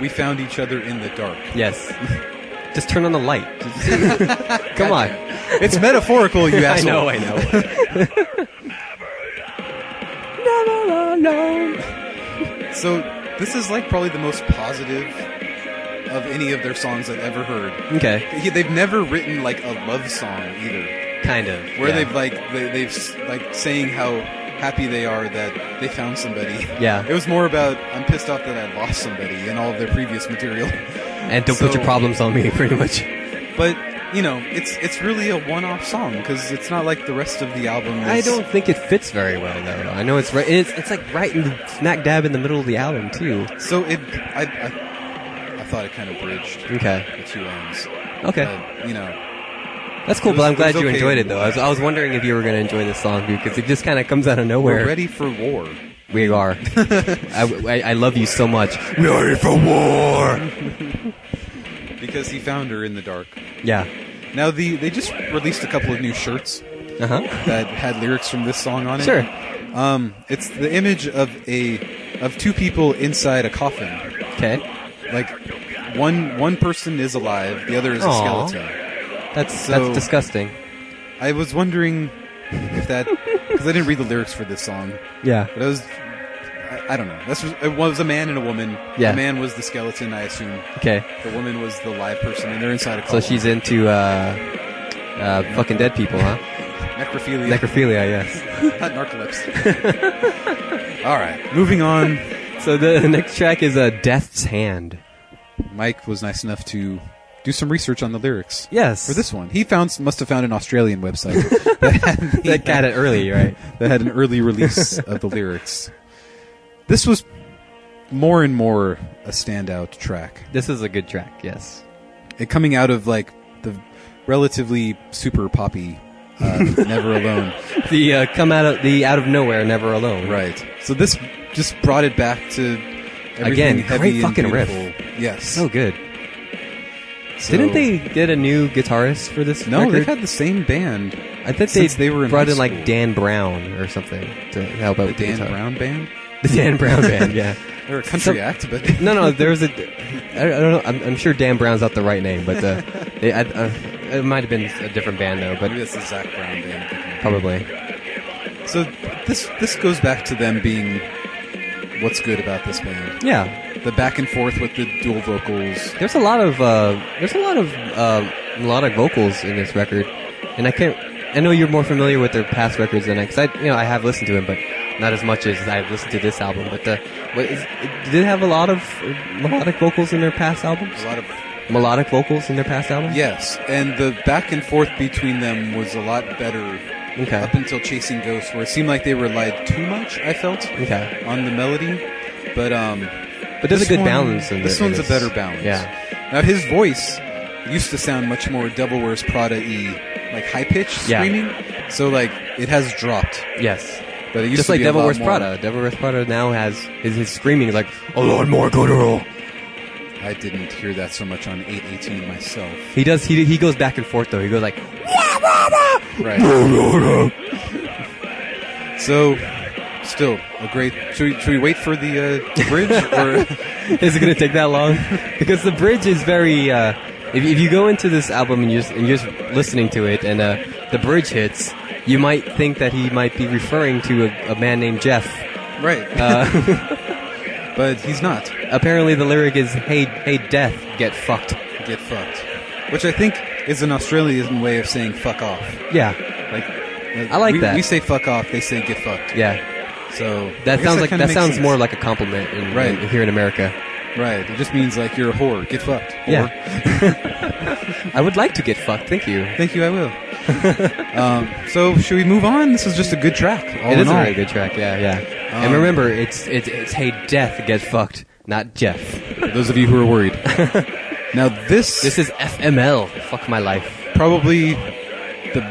we found each other in the dark. Yes. Just turn on the light. [LAUGHS] Come on. It's metaphorical, you [LAUGHS] I asshole. know, I know. Never alone. So this is like probably the most positive of any of their songs I've ever heard. Okay, Yeah, They've never written like a love song either, kind of. where yeah. they've like they, they've s- like saying how happy they are that they found somebody. Yeah. It was more about I'm pissed off that I lost somebody in all of their previous material. [LAUGHS] and don't put so- your problems on me, [LAUGHS] pretty much. But you know, it's it's really a one-off song because it's not like the rest of the album. Is, I don't think it fits very well, though. I know it's right. It's, it's like right in the smack dab in the middle of the album too. So it, I, I, I thought it kind of bridged Okay, the two ends. okay, But, you know, that's cool. it but I'm was- it was glad you okay. enjoyed it, though. I was, I was wondering if you were going to enjoy this song because it just kind of comes out of nowhere. we're ready for war. We [LAUGHS] are. I, I, I love you so much. We are here for war. Because he found her in the dark. Yeah. Now the they just released a couple of new shirts Uh huh. that had lyrics from this song on it. Sure. Um, it's the image of a of two people inside a coffin. Okay. Like one one person is alive, the other is a Aw. skeleton. That's So- that's disgusting. I was wondering if that because I didn't read the lyrics for this song, Yeah. but I was I, I don't know. This was it was a man and a woman. Yeah. The man was the skeleton, I assume. Okay. The woman was the live person, and they're inside a So coffin. she's into uh, uh, fucking dead people, [LAUGHS] huh? necrophilia, Necrophilia, yes. [LAUGHS] not narcolepsy. [LAUGHS] All right, moving on. So the [LAUGHS] next track is uh, Death's Hand. Mike was nice enough to do some research on the lyrics. Yes. For this one, he found must have found an Australian website [LAUGHS] that had the- that got it early, right? that had an early release of the lyrics. This was more and more a standout track. This is a good track, yes. It coming out of like the relatively super poppy [LAUGHS] uh, "Never Alone," The uh, come out of the out of nowhere, never alone. right? So this just brought it back to everything Again, heavy great and fucking riff. beautiful. Yes. So Oh, good. So- Didn't they get a new guitarist for this? No, record? they've had the same band, I think since they were in brought high in like school. Dan Brown or something to help out the with the Dan guitar. Brown Band. The Dan Brown [LAUGHS] Band, yeah. Or a country Some- act, [LAUGHS] but No, no, there was a. I don't I don't know. I'm, I'm sure Dan Brown's not the right name, but [LAUGHS] uh, it, I, uh, it might have been a different band though. maybe But that's the Zach Brown band. I'm thinking of. probably. So this this goes back to them being what's good about this band. Yeah, The back and forth with the dual vocals. there's a lot of uh, there's a lot of uh, melodic vocals in this record, and I can't. I know you're more familiar with their past records than I, because I, you know, I have listened to him, but not as much as I've listened to this album. But uh, but is, did it have a lot of uh, melodic vocals in their past albums? A lot of Melodic vocals in their past albums? yes, and the back and forth between them was a lot better. Okay. Up until Chasing Ghosts, where it seemed like they relied too much. I felt Okay. on the melody, but um, But there's a This good one- balance in this the- in one's a better balance. Yeah. Now his voice used to sound much more Devil Wears Prada y, like high pitched Yeah. screaming. So like it has dropped, Yes. but it used Just to like be a Devil lot Wears more- Prada. Devil Wears Prada now has his, his screaming is like, "Oh Lord, more guttural." I didn't hear that so much on 818 myself. He does. He he goes back and forth though. He goes like, [LAUGHS] Right. so, still a great. Should we, should we wait for the uh, bridge or [LAUGHS] "Is it going to take that long?" [LAUGHS] because the bridge is very. Uh, if, if you go into this album and you're just, and you're just listening to it, and uh, the bridge hits, you might think that he might be referring to a, a man named Jeff. right? Uh, [LAUGHS] but he's not. Apparently, the lyric is, "Hey, hey, death, get fucked." Get fucked, which I think is an Australian way of saying fuck off. Yeah, Like I like we, that. We say fuck off, they say get fucked. yeah. So That I guess sounds like kinda that makes sounds sense. more like a compliment in, Right. in- here in America. right. It just means like you're a whore. Get fucked. Whore. Yeah. [LAUGHS] I would like to get fucked. Thank you. Thank you. I will. [LAUGHS] um, so should we move on? This is just a good track. All it in is a all. very good track. Yeah, yeah. and Um, remember, it's it's it's hey death get fucked, not Jeff. Those of you who are [LAUGHS] worried. now this This is FML. Fuck my life. probably the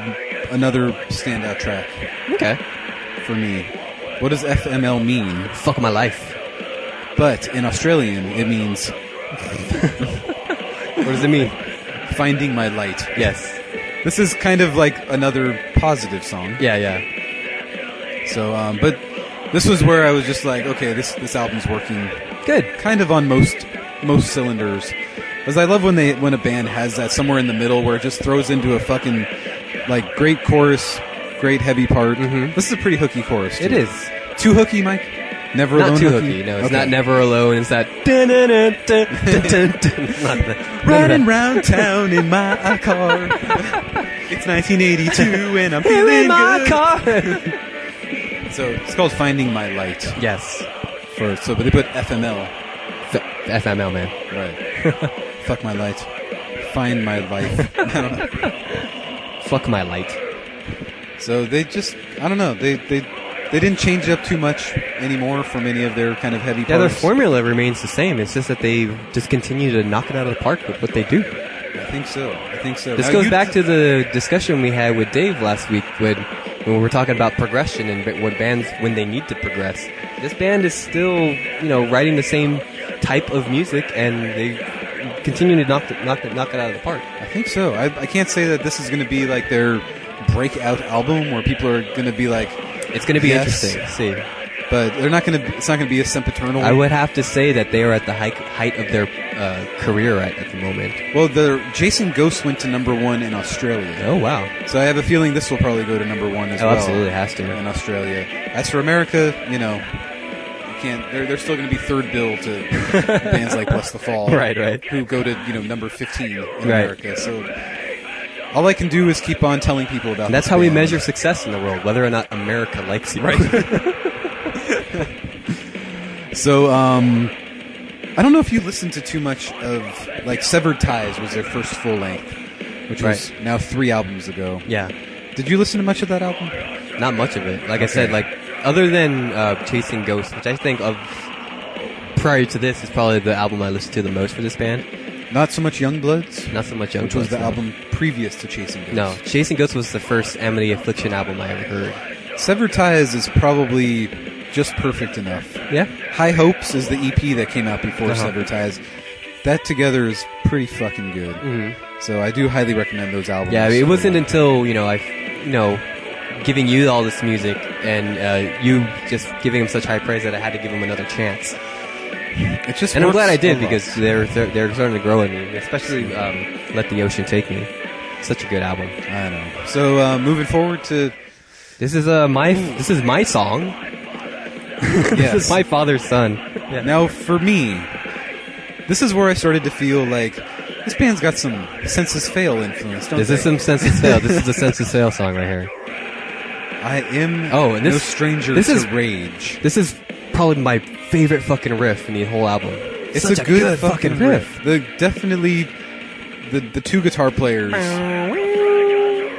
another standout track Okay. for me. What does FML mean? Fuck my life. But in Australian, it means What does it mean? finding my light. yes. This is kind of like another positive song. Yeah, yeah. So, um, but this was where I was just like, okay, this this album's working Good. kind of on most most cylinders. Because I love when they when a band has that somewhere in the middle where it just throws into a fucking like great chorus, great heavy part. Mhm. This is a pretty hooky chorus. It too. is. Too hooky, Mike? Never alone. Not too hooky. No, it's Okay. not [LAUGHS] never alone. It's [LAUGHS] that. dun, dun, dun, dun, dun, dun, dun. Not that. Riding none of that. round town in my [LAUGHS] car. it's 1982 [LAUGHS] and I'm Here feeling in my good. car. So it's called Finding My Light. [LAUGHS] yes. For so, but they put FML. F- FML man. [LAUGHS] Right. Fuck my light. Find my life. I don't know. Fuck my light. So they just, I don't know. They they they didn't change it up too much anymore from any of their kind of heavy. Yeah, their parts. formula remains the same. It's just that they just continue to knock it out of the park with what they do. I think so. I think so. This Now, goes you- back to the discussion we had with Dave last week when, when we were talking about progression and ba- when bands when they need to progress. This band is still you know writing the same type of music and they continue to knock the, knock the, knock it out of the park. I think so. I, I can't say that this is going to be like their breakout album where people are going to be like, It's going to be Yes. interesting. to See, but they're not going to. It's not going to be a sempiternal. I would have to say that they are at the height, height of their uh, career right at the moment. Well, the Jason Ghost went to number one in Australia, Oh wow! so I have a feeling this will probably go to number one as Oh, well. absolutely has to. in Australia. As for America, you know, you can't. They're, they're still going to be third bill [LAUGHS] to bands like Bless the Fall, Right, right. Who go to you know number fifteen in Right. America. So all I can do is keep on telling people about. And that's how this we band. measure success in the world, whether or not America likes you. So um, I don't know if you listened to too much of like Severed Ties was their first full length, which was now three albums ago. [LAUGHS] yeah. Did you listen to much of that album? Not much of it. Like I said, like other than uh, Chasing Ghosts, which I think of prior to this is probably the album I listened to the most for this band. Not so much Young Bloods, Not so much Young which was the Bloods, no. album previous to Chasing Ghosts. No, Chasing Ghosts was the first Amity Affliction album I ever heard. Severed Ties is probably just perfect enough. Yeah, High Hopes is the EP that came out before Uh-huh. Severed Ties. That together is pretty fucking Mm-hmm. good. So I do highly recommend those albums. Uh, yeah. It wasn't until you know I, you know, giving you all this music and uh, you just giving him such high praise that I had to give him another chance. It's just And I'm works glad I did a lot. because they're they're, they're starting to grow in me, especially um, "Let the Ocean Take Me." Such a good album. I know. So uh, moving [LAUGHS] forward to This is uh, my this is my song. yes. This is my father's son. Yeah. Now, for me, this is where I started to feel like this band's got some census fail influence, don't Is this they? some [LAUGHS] census fail? This is the census fail song right here. I am Oh, and this- no stranger this to is- rage. This is probably my favorite fucking riff in the whole album. It's a, good, fucking riff. The definitely the the two guitar players. Mm.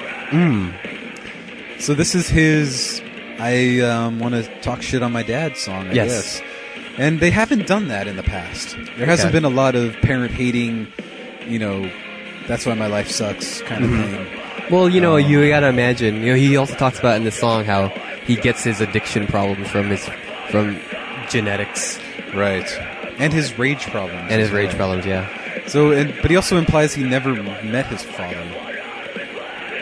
So this is his. I um, want to talk shit on my dad song. I Yes. guess. And they haven't done that in the past. There hasn't Okay. been a lot of parent hating. You know, that's why my life sucks kind of thing. Well, you Oh. know, you gotta imagine. You know, he also talks about in this song how he gets his addiction problems from his from genetics Right. And his rage problems. and his as rage well. problems. Yeah. So, and, but he also implies he never met his father.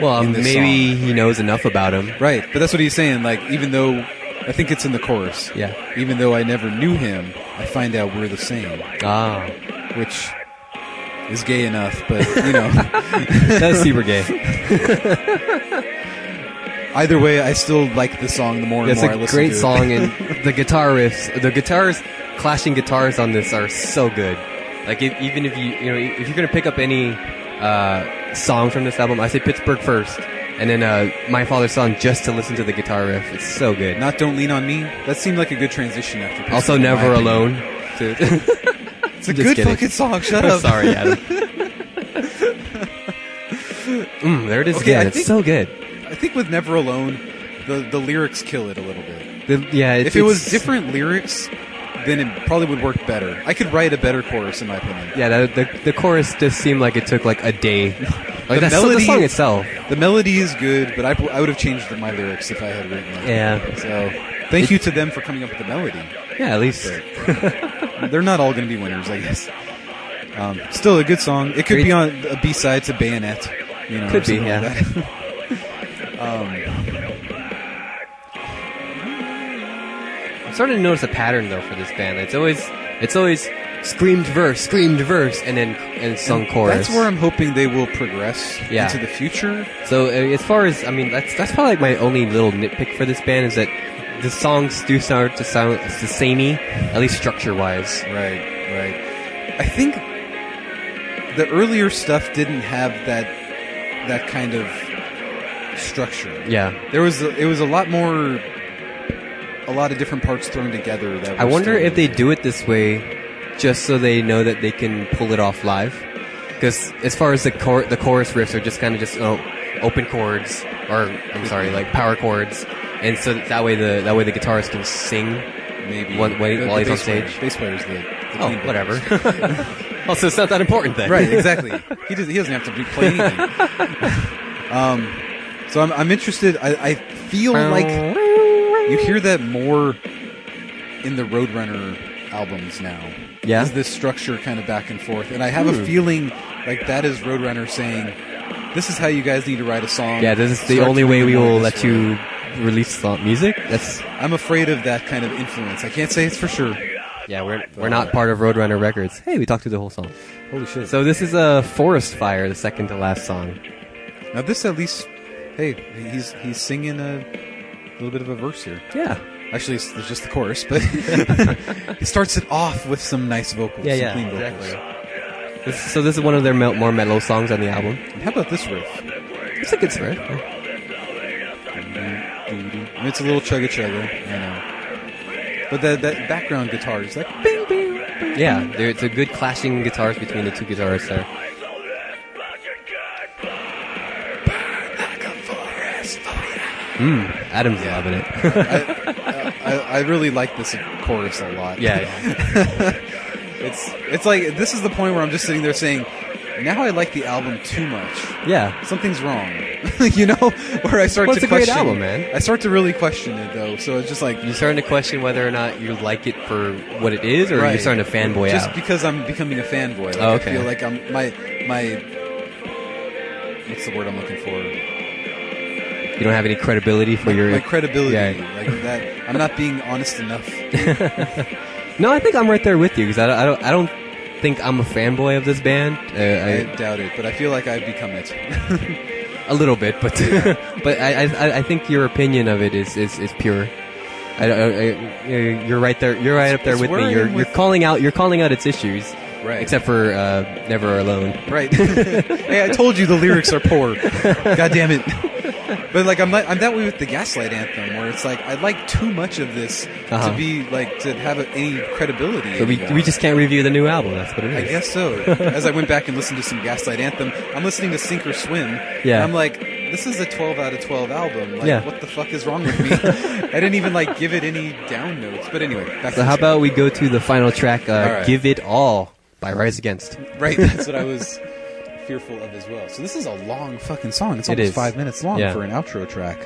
Well, In this maybe he knows enough about him. Right, but that's what he's saying. Like, even though I think it's in the chorus. Yeah. Even though I never knew him, I find out we're the same, Ah, which is gay enough. But [LAUGHS] you know, that's super [LAUGHS] gay. either way, I still like the song the more and That's more I a listen great to it. song, and the guitar riffs, the guitars, clashing guitars on this are so good. Like if, even if you you know if you're gonna pick up any uh, song from this album, I say Pittsburgh first, and then uh, My Father's Son just to listen to the guitar riff. It's so good. Not "Don't Lean on Me." That seemed like a good transition after. Pistol, Also, in my Never opinion. [LAUGHS] Alone. To- It's [LAUGHS] a Just good kidding. fucking song. Shut I'm up. sorry, [LAUGHS] Adam. mm, there it is Okay, I again. It's think- so good. I think with "Never Alone," the the lyrics kill it a little bit. The- yeah, it's, If it was it's- different lyrics, then it probably would work better. I could write a better chorus, in my opinion. Yeah, the, the the chorus just seemed like it took like a day. Like The that's so- the melody- song itself. The melody is good, but I, I would have changed my lyrics if I had written them. Yeah, So thank you to them for coming up with the melody. yeah. At least They're not all going to be winners, I guess. Um, still a good song. It could be on a B side to Bayonet. You know, or Could be, something like yeah. that. I'm starting to notice a pattern though for this band. It's always it's always screamed verse, screamed verse, and then and sung chorus. That's where I'm hoping they will progress Yeah. into the future. So uh, as far as I mean, that's that's probably like my only little nitpick for this band is that the songs do start to sound the samey, at least structure wise. Right, right. I think the earlier stuff didn't have that that kind of structure. Yeah. There was a, it was a lot more a lot of different parts thrown together that I were wonder still- if they do it this way just so they know that they can pull it off live. Because as far as the chor- the chorus riffs are just kind of just oh, open chords or I'm sorry, like power chords, and so that way the that way the guitarist can sing maybe While- while- The- while he's the on bass player- stage? bass player's the, the Oh, clean [LAUGHS] whatever. bass. also, it's not that important then. [LAUGHS] right exactly he doesn't he doesn't have to do, play [LAUGHS] anything um so I'm, I'm interested I, I feel Um, like you hear that more in the Roadrunner albums now Yeah? Hmm. is this structure kind of back and forth and I have a feeling like that is Roadrunner saying this is how you guys need to write a song Yeah, this is the Start only doing way we more will this let way. you release the music. That's I'm afraid of that kind of influence I can't say it's for sure yeah, we're we're not part of Roadrunner Records. Hey, we talked through the whole song. holy shit So this is a uh, Forest Fire, the second to last song. Now this at least, hey, he's he's singing a little bit of a verse here. Yeah, Actually, it's, it's just the chorus, but [LAUGHS] he starts it off with some nice vocals. yeah, some yeah, clean vocals. exactly. This, so this is one of their mel- more mellow songs on the album. And how about this riff? It's a good riff. Yeah. And It's a little chugga chugga, I know. But that that background guitar is like bing bing. Yeah, there, it's a good clashing guitars between the two guitarists there. Mm, Adam's loving it. [LAUGHS] I, I really like this chorus a lot. yeah, it's it's like this is the point where I'm just sitting there saying, now I like the album too much. yeah. something's wrong. [LAUGHS] you know, where I start Well, to it's a great question. album, man. I start to really question it though. So it's just like You're starting to question whether or not you like it for what it is, or right. you're starting to fanboy just out. because I'm becoming a fanboy. Like, Oh, okay. I feel like I'm my my. What's the word I'm looking for? you don't have any credibility for your Like credibility, Yeah. like that. I'm not being honest [LAUGHS] enough. No, I think I'm right there with you because I, don't- I don't. I don't think I'm a fanboy of this band. I Uh, doubt it, but I feel like I've become it. [LAUGHS] I, a little bit, but [LAUGHS] but I, I I think your opinion of it is is, is pure. I, don't- I, I, you're right there. You're right up there It's with me. You're worrying you're with- calling out you're calling out its issues, Right. Except for uh, Never Alone. Right. [LAUGHS] hey, I told you the lyrics are poor. God damn it. But like I'm, like, I'm that way with the Gaslight Anthem, where it's like I like too much of this Uh-huh. to be like to have a, any credibility. So we anymore. we just can't review the new album. That's what it I is. guess so. As I went back and listened to some Gaslight Anthem, I'm listening to Sink or Swim. Yeah. And I'm like, this is a 12 out of 12 album. Like, Yeah. what the fuck is wrong with [LAUGHS] me? I didn't even like give it any down notes. But anyway, back So to how the show. about we go to the final track, uh, All right. "Give It All" by Rise Against. Uh, [LAUGHS] Right, that's what I was fearful of as well. So this is a long fucking song. It's It almost is. five minutes long Yeah. for an outro track.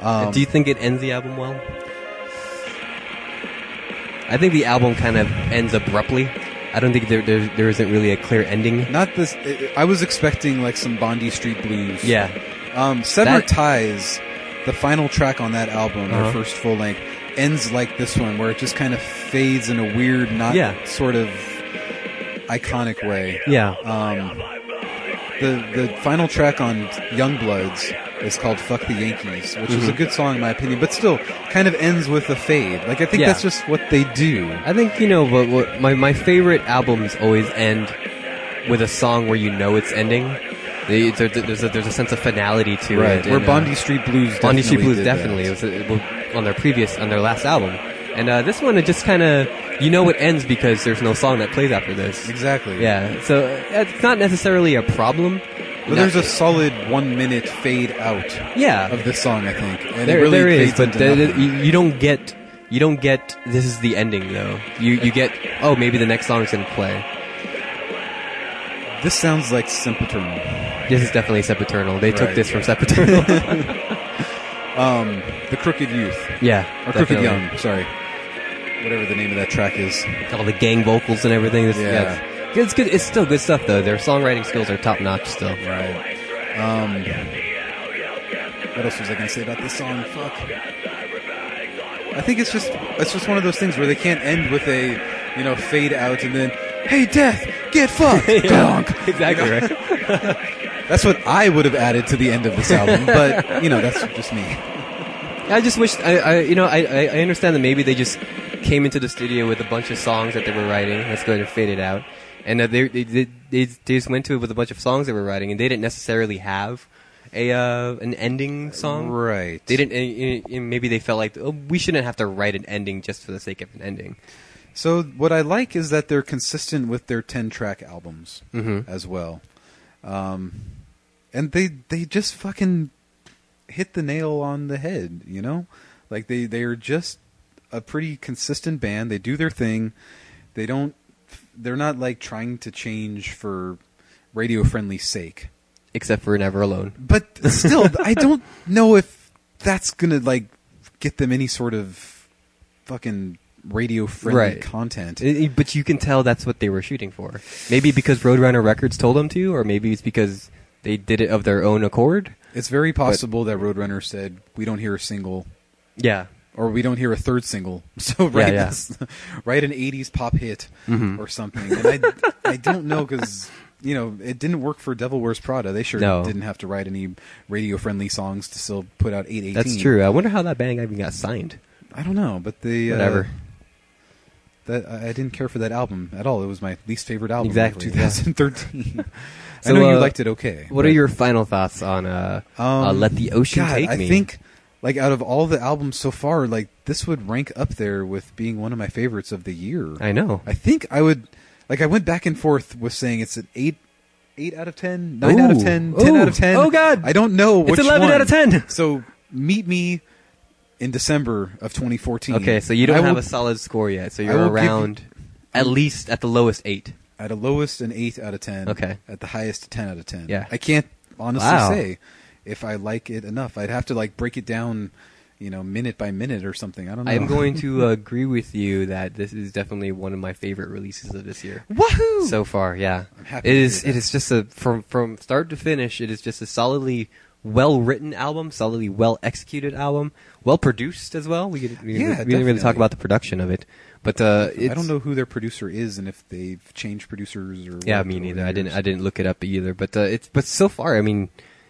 Um, Do you think it ends the album well? I think the album kind of ends abruptly. I don't think there there, there isn't really a clear ending. Not this. i I was expecting like some Bondi Street Blues. Yeah, Um, Sever That- Ties, the final track on that album, Uh-huh. their first full length, ends like this one, where it just kind of fades in a weird, not Yeah. sort of iconic way. yeah. Um, the the final track on Young Bloods is called "Fuck the Yankees," which Mm-hmm. is a good song in my opinion, but still kind of ends with a fade. Like I think Yeah. that's just what they do. I think you know, but what, my my favorite albums always end with a song where you know it's ending. They, there, there's a, there's a sense of finality to it. and, Where uh, Bondi Street Blues. Bondi Street definitely Blues did that. definitely it was, it was on their previous on their last album, and uh, this one it just kind of you know it ends because there's no song that plays after this. Exactly. Yeah, so uh, it's not necessarily a problem. But there's a solid one minute fade out yeah, of this song, I think. And there, it really there is, fades but into the- the- nothing. you you don't get you don't get this is the ending though. You you get oh maybe the next song's gonna play. e- this sounds like Sempiternal. This is definitely Sepaternal. They took Right, this from Sepaternal. [LAUGHS] Um, the Crooked Youth. yeah, Or Crooked definitely. Young, sorry. Whatever the name of that track is. All the gang vocals and everything. This, Yeah. yeah. it's, it's good. It's still good stuff though. Their songwriting skills are top notch [LAUGHS] still. Right. Um, what else was I going to say about this song? Fuck. I think it's just it's just one of those things where they can't end with a you know fade out and then hey death [LAUGHS] get fucked Donk. [LAUGHS] exactly right. That's what I would have added to the end of this album, but you know that's just me. I just wish I, I you know I, I I understand that maybe they just came into the studio with a bunch of songs that they were writing. Let's go ahead and fade it out, and uh, they, they they they they just went to it with a bunch of songs they were writing, and they didn't necessarily have a uh, an ending song. Right. They didn't. And, and- and maybe they felt like oh, we shouldn't have to write an ending just for the sake of an ending. So what I like is that they're consistent with their ten-track albums Mm-hmm. as well, um, and they they just fucking hit the nail on the head. You know, like they they are just a pretty consistent band. They do their thing. They don't. They're not like trying to change for radio-friendly sake. Except for Never Alone. But [LAUGHS] still, I don't know if that's gonna like get them any sort of fucking radio-friendly Right. content. I- I- Eh, But you can tell that's what they were shooting for. Maybe because Roadrunner Records told them to, or maybe it's because they did it of their own accord. It's very possible that Roadrunner said we don't hear a single Yeah. or we don't hear a third single, [LAUGHS] so write yeah. [LAUGHS] Mm-hmm. this, write an '80s pop hit or something. And I, I don't know because you know it didn't work for Devil Wears Prada. They sure No. didn't have to write any radio-friendly songs to still put out eight eighteen. That's true. I wonder how that band even got signed. I don't know, but the uh, Whatever. that I I didn't care for that album at all. It was my least favorite album. Exactly, of yeah. 2013. [LAUGHS] So, I know you uh, liked it okay. What but- Um, are your final thoughts on uh, uh, "Let the Ocean God, Take I Me"? think like out of all the albums so far, like this would rank up there with being one of my favorites of the year. I know. I think I would like I went back and forth with saying it's an eight eight out of ten, nine out of Ooh. ten, ten out of Ooh. ten. Oh, God. I don't know It's which 11 one. out of 10. So meet me in December of twenty fourteen. okay, so you don't I have will- a solid score yet. So I will you're give you- around at least at the lowest [LAUGHS] eight. at the lowest an eight out of ten. Okay. At the highest a ten out of ten. Yeah. I can't honestly Wow. say if I like it enough. I'd have to like break it down, you know, minute by minute or something. I don't know. I'm [LAUGHS] going to [LAUGHS] agree with you that this is definitely one of my favorite releases of this year Wahoo! so far. Yeah, I'm happy it to is. hear It that. is just a from from start to finish. It is just a solidly well written album, solidly well executed album, well produced as well. We, could, we, we Yeah, didn't really definitely. talk about the production of it, but uh, it's, I don't know who their producer is and if they've changed producers or Yeah, what me over neither. the I didn't. years. I didn't look it up either. But uh, it's. But so far, I mean,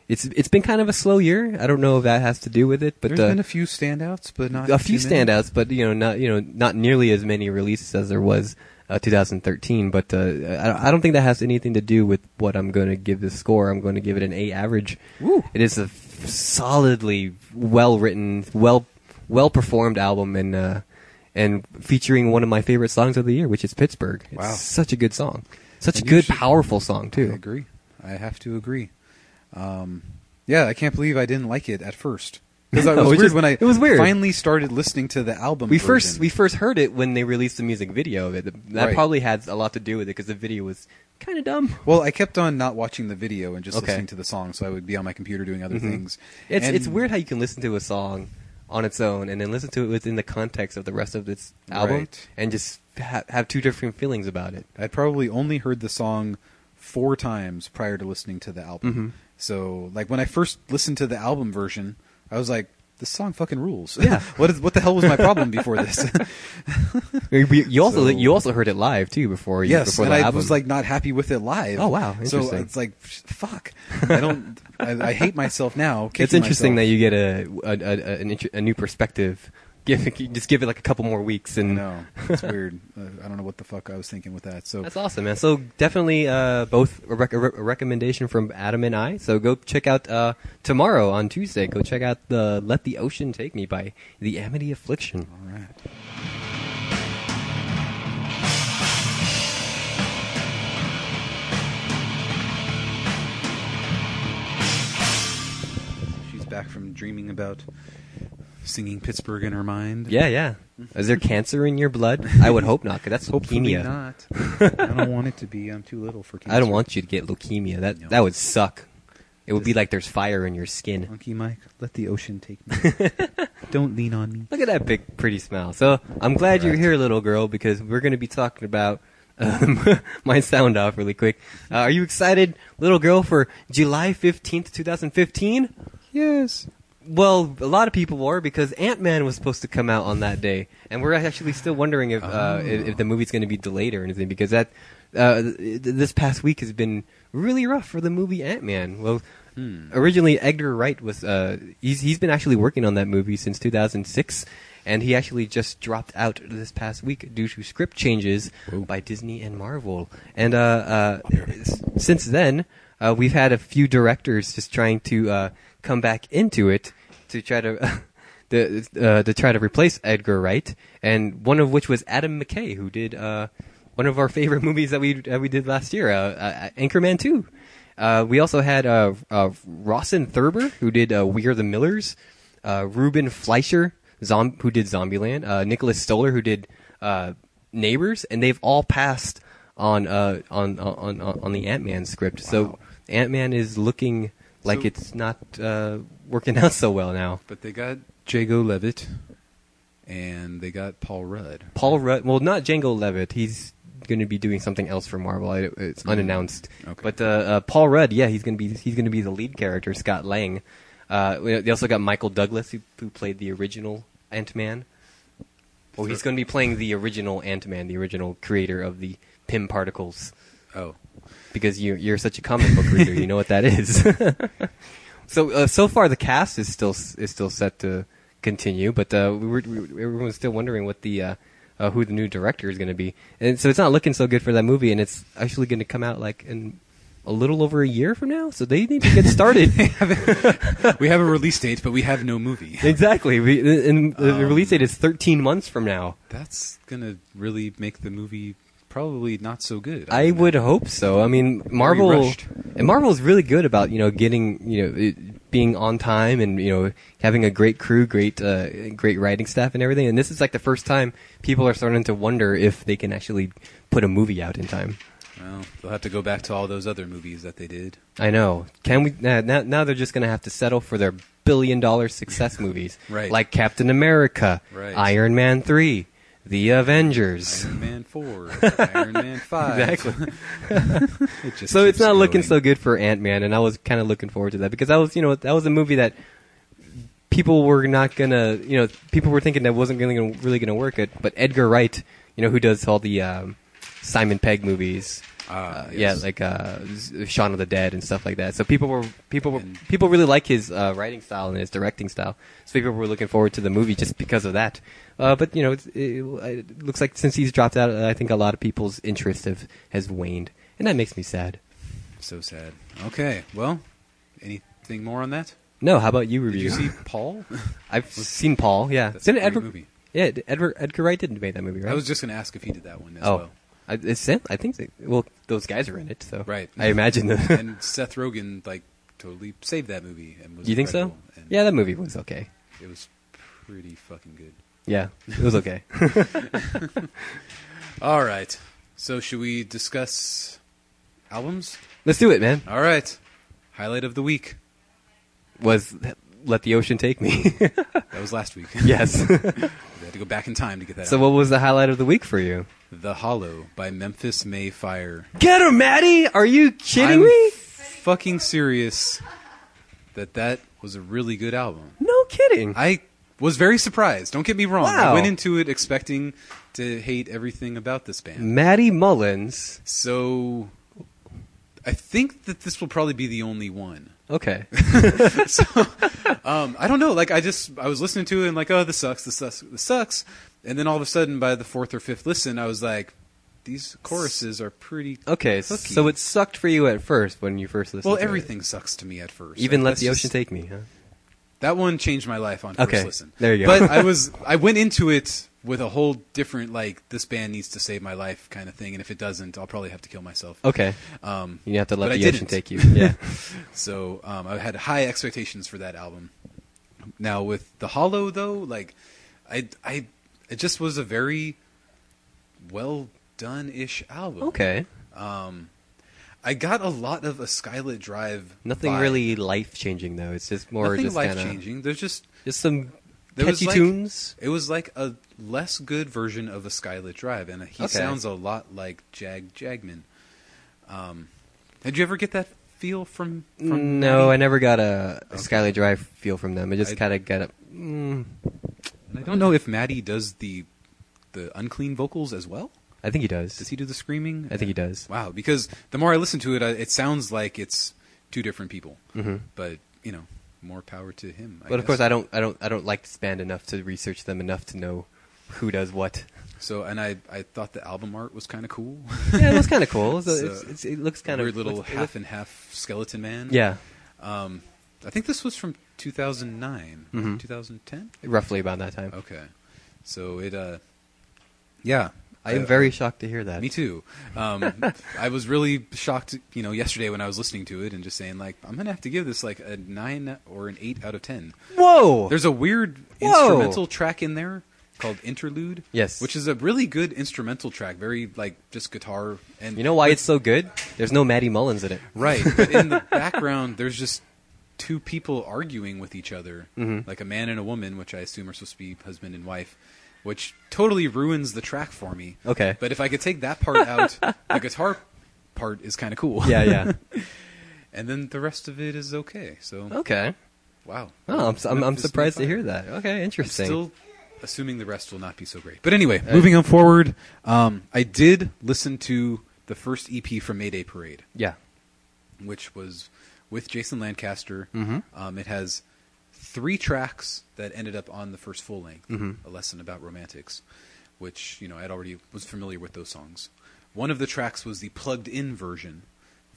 it's it's been kind of a slow year. I don't know if that has to do with it, but There's uh, been a few standouts, but not a few too many. standouts, but you know, not you know, not nearly as many releases as there was uh, 2013. But uh, I, I don't think that has anything to do with what I'm going to give this score. I'm going to give it an A average. Woo. It is a f- solidly well written, well well performed album, and uh, and featuring one of my favorite songs of the year, which is Pittsburgh. It's Wow. such a good song, such And a you good, should- powerful song I too. agree. I have to agree. Um, yeah, I can't believe I didn't like it at first. Because it No, [LAUGHS] was it weird just- when I it was weird. finally started listening to the album. We first version. we first heard it when they released the music video of it. That Right. probably had a lot to do with it because the video was kind of dumb. well, I kept on not watching the video and just Okay. Mm-hmm. listening to the song, so I would be on my computer doing other things. It's And- it's weird how you can listen to a song on its own and then listen to it within the context of the rest of this album Right. and just ha- have two different feelings about it. I'd probably only heard the song four times prior to listening to the album. Mm-hmm. So, like when I first listened to the album version, I was like, "This song fucking rules." Yeah. [LAUGHS] what is what the hell was my problem before [LAUGHS] this? You you also So- you also heard it live too before you, [LAUGHS] yes, before and the I album. was like not happy with it live. Oh, wow. So Interesting. it's like, fuck. I don't. I, I hate myself now. [LAUGHS] it's kicking interesting myself. that you get a a, a, a, an inter- a new perspective. Give it- just give it like a couple more weeks and No, it's weird. [LAUGHS] Uh, I don't know what the fuck I was thinking with that. So That's awesome, man. So definitely uh, both a, rec- a re- a recommendation from Adam and I. So go check out uh, tomorrow on Tuesday. Go check out the "Let the Ocean Take Me" by the Amity Affliction. all right. She's back from dreaming about singing Pittsburgh in her mind. Yeah, yeah. Is there cancer in your [LAUGHS] blood? I would hope not, because that's Mm-hmm. Hopefully leukemia. [LAUGHS] not. I don't want it to be. I'm too little for. Cancer. I don't want you to get leukemia. That No. that would suck. It would be like there's fire in your skin. Monkey Mike, let the ocean take me. [LAUGHS] Don't lean on me. Look at that big, pretty smile. So I'm glad you're Right. here, little girl, because we're going to be talking about um, [LAUGHS] my sound off really quick. Uh, are you excited, little girl, for July 15th, 2015? Yes. Well, a lot of people were because Ant Man was supposed to come out on that day, and we're actually still wondering if uh, if, if the movie's going to be delayed or anything because that uh, th- this past week has been really rough for the movie Ant Man. Well, originally Edgar Wright was uh, he's he's been actually working on that movie since 2006, and he actually just dropped out this past week due to script changes by Disney and Marvel. And uh, uh, s- since then, uh, we've had a few directors just trying to uh, come back into it to try to. [LAUGHS] The, uh, to try to replace Edgar Wright, and one of which was Adam McKay, who did uh, one of our favorite [LAUGHS] movies that we that we did last year, uh, uh, Anchorman Two. Uh, we also had uh, uh, Rawson Thurber, who did uh, We Are the Millers, uh, Ruben Fleischer, Zom- who did Zombieland, uh, Nicholas Stoller, who did uh, Neighbors, and they've all passed on uh, on on on on the Ant Man script. So Ant Man is looking like So- it's not uh, working [LAUGHS] out so well now. But they got Jago Levitt, and they got Paul Rudd. Paul Rudd. Well, not Django Levitt. He's going to be doing something else for Marvel. I, it's unannounced. Mm. Okay. But uh, uh, Paul Rudd, yeah, he's going to be he's going to be the lead character, Scott Lang. Uh, we- they also got Michael Douglas, who, who played the original Ant Man. Well, he's going to be playing the original Ant Man, the original creator of the Pym particles Oh, because you, you're such a comic book reader, you know what that is. [LAUGHS] so uh, so far, the cast is still is still set to continue, but uh, we were, we, everyone's still wondering what the uh, uh, who the new director is going to be, and so it's not looking so good for that movie, and it's actually going to come out like in a little over a year from now. So they need to get started. we have a release date, but we have no movie. exactly, we, and the release date is 13 months from now. That's gonna really make the movie probably not so good. I mean, would hope so. I mean, Marvel rushed. and Marvel is really good about you know getting you know it, being on time and you know having a great crew, great uh, great writing staff and everything. And this is like the first time people are starting to wonder if they can actually put a movie out in time. Well, they'll have to go back to all those other movies that [LAUGHS] they did. I know. Can we now? Now, now they're just going to have to settle for their billion-dollar success movies, [LAUGHS] Right. Like Captain America, Right. Iron Man three, The Avengers. Iron [LAUGHS] Man four, Iron Man five. Exactly. [LAUGHS] It just So it's keeps not looking so going. good for Ant Man, and I was kind of looking forward to that because that was, you know, that was a movie that people were not gonna, you know, people were thinking that wasn't really gonna, really gonna work. It, but Edgar Wright, you know, who does all the um, Simon Pegg movies, Ah, uh, yes. yeah, like uh, Z- Shaun of the Dead and stuff like that. So people were people were And- people really like his uh, writing style and his directing style. So people were looking forward to the movie just because of that. Uh, but you know, it's, it, it looks like since he's dropped out, I think a lot of people's interest have, has waned, and that makes me sad. so sad. Okay, well, anything more on that? No, how about you Did review? you see Paul? [LAUGHS] I've seen Paul. Yeah, That's a didn't great Edward? movie. Yeah, Edward Edgar Wright didn't make that movie, right? I was just going to ask if he did that one as oh, well. I, it's him. I think. They, well, those guys are in it, so Right. I imagine that. [LAUGHS] and Seth Rogen like totally saved that movie. And [LAUGHS] was you think so? incredible, And Yeah, that movie was okay. it was pretty fucking good. Yeah, it was okay. [LAUGHS] All right, so should we discuss albums? Let's do it, man. All right, highlight of the week. Was let the ocean take me? [LAUGHS] That was last week. yes. [LAUGHS] we had to go back in time to get that. so, out. what was the highlight of the week for you? the Hollow by Memphis May Fire. Get her, Maddie! Are you kidding I'm me? Fucking serious. That that was a really good album. No kidding. I was very surprised. Don't get me wrong. I Wow. went into it expecting to hate everything about this band. Maddie Mullins. So I think that this will probably be the only one. Okay. Um, I don't know. Like I just I was listening to it and like oh this sucks this sucks this sucks, and then all of a sudden by the fourth or fifth listen I was like these choruses are pretty [LAUGHS] Okay. hooky. So it sucked for you at first when you first listened. well to it. everything sucks to me at first. Even Like, let that's the ocean just- take me. [LAUGHS] Huh? That one changed my life on first Okay, listen. there you go. [LAUGHS] But I was I went into it with a whole different like this band needs to save my life kind of thing, and if it doesn't, I'll probably have to kill myself. Okay. Um, You have to let but I the ocean didn't. take you. [LAUGHS] Yeah. So um, I had high expectations for that album. Now with the Hollow though, like I I it just was a very well done ish album. okay. I got a lot of a Skylit Drive. Nothing vibe. really life changing though. It's just more nothing just life kind of changing. There's just just some There was catchy like- tunes. It was like a less good version of a Skylit Drive, and he Okay. sounds a lot like Jag Jagman. Um, did you ever get that feel from? from No, I Maddie? never got a Skylight Drive feel from them. I just I- kind of got a. Mm, And I don't know if Maddie does the the unclean vocals as well. I think he does. Does he do the screaming? I think he does. Wow, because the more I listen to it, I, it sounds like it's two different people. Mhm. But you know, more power to him. I But of guess. course, I don't, I don't, I don't like this band enough to research them enough to know who does [LAUGHS] what. So, and I I thought the album art was kind of cool. yeah, it looks kind of cool. So So, it's, it's, it looks [LAUGHS] kind of weird little looks- it half looks- and half skeleton man. Yeah, Um, I think this was from 2009, Mhm. 2010. roughly about that time. Okay, so it. Uh, yeah, I am Uh, very shocked to hear that. Me too. [LAUGHS] Um, I was really shocked, you know, yesterday when I was listening to it and just saying like, I'm gonna have to give this like a nine or an eight out of ten. Whoa! There's a weird Whoa. instrumental track in there called Interlude. Yes. which is a really good instrumental track. Very like just guitar and you know why it's so good? There's no Maddie Mullins [LAUGHS] in it. Right. But in the background, there's just two people arguing with each other, Mm-hmm. like a man and a woman, which I assume are supposed to be husband and wife, which totally ruins the track for me. Okay. But if I could take that part out, the guitar part is kind of cool. Yeah, yeah. [LAUGHS] and then the rest of it is okay. So, okay. wow. Oh, I'm, I'm, I'm Memphis surprised to Mayfire. hear that. Okay, I'm interesting. still assuming the rest will not be so great. But anyway, moving on forward, um, I did listen to the first EP from Mayday Parade. yeah. which was with Jason Lancaster. Mm-hmm. Um, it has three tracks that ended up on the first full length, Mm-hmm. A Lesson About Romantics, which you know I'd already was familiar with those songs. One of the tracks was the plugged-in version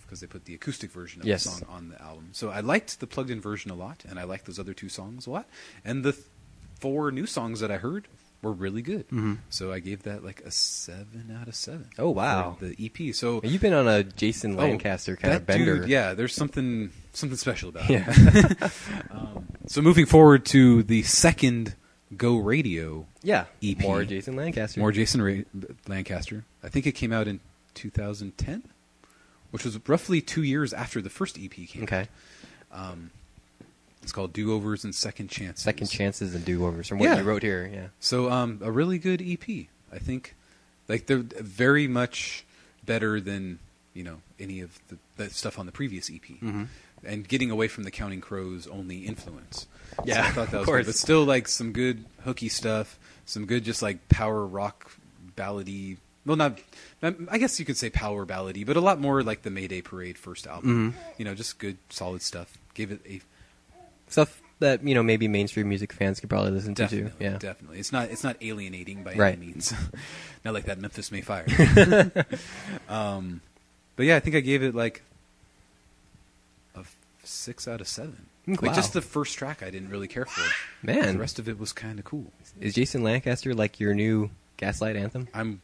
because they put the acoustic version of Yes. the song on the album. So I liked the plugged-in version a lot, and I liked those other two songs a lot. And the th- four new songs that I heard were really good. So I gave that like a seven out of seven. Mm-hmm. Oh, wow. for the EP. So You've been on a Jason Lancaster Oh, kind of that bender. Dude, yeah, there's something something special about Yeah. it. [LAUGHS] um, so moving forward to the second Go Radio, Yeah. EP. More Jason Lancaster. E more Jason Ra- Lancaster. I think it came out in 2010, which was roughly two years after the first EP came. out. okay. It's called Do Overs and Second Chances. Second chances and do overs from what Yeah. you wrote here. Yeah. So um, a really good EP. I think like they're very much better than you know any of the, the stuff on the previous EP. Mm-hmm. And getting away from the Counting Crows only influence. So Yeah, I thought of that was cool. course. But still, like some good hooky stuff, some good just like power rock ballady. Well, not I guess you could say power ballady, but a lot more like the Mayday Parade first album. Mm-hmm. You know, just good solid stuff. Gave it a Stuff that you know maybe mainstream music fans could probably listen to. Definitely, Too. Yeah. definitely. It's not it's not alienating by Right. any means. [LAUGHS] not like that Memphis [LAUGHS] May Fire. um, but yeah, I think I gave it like a f- six out of seven. Mm, Like just wow. the first track, I didn't really care for. the Man, rest of it was kind of cool. is Jason Lancaster like your new Gaslight anthem? I'm,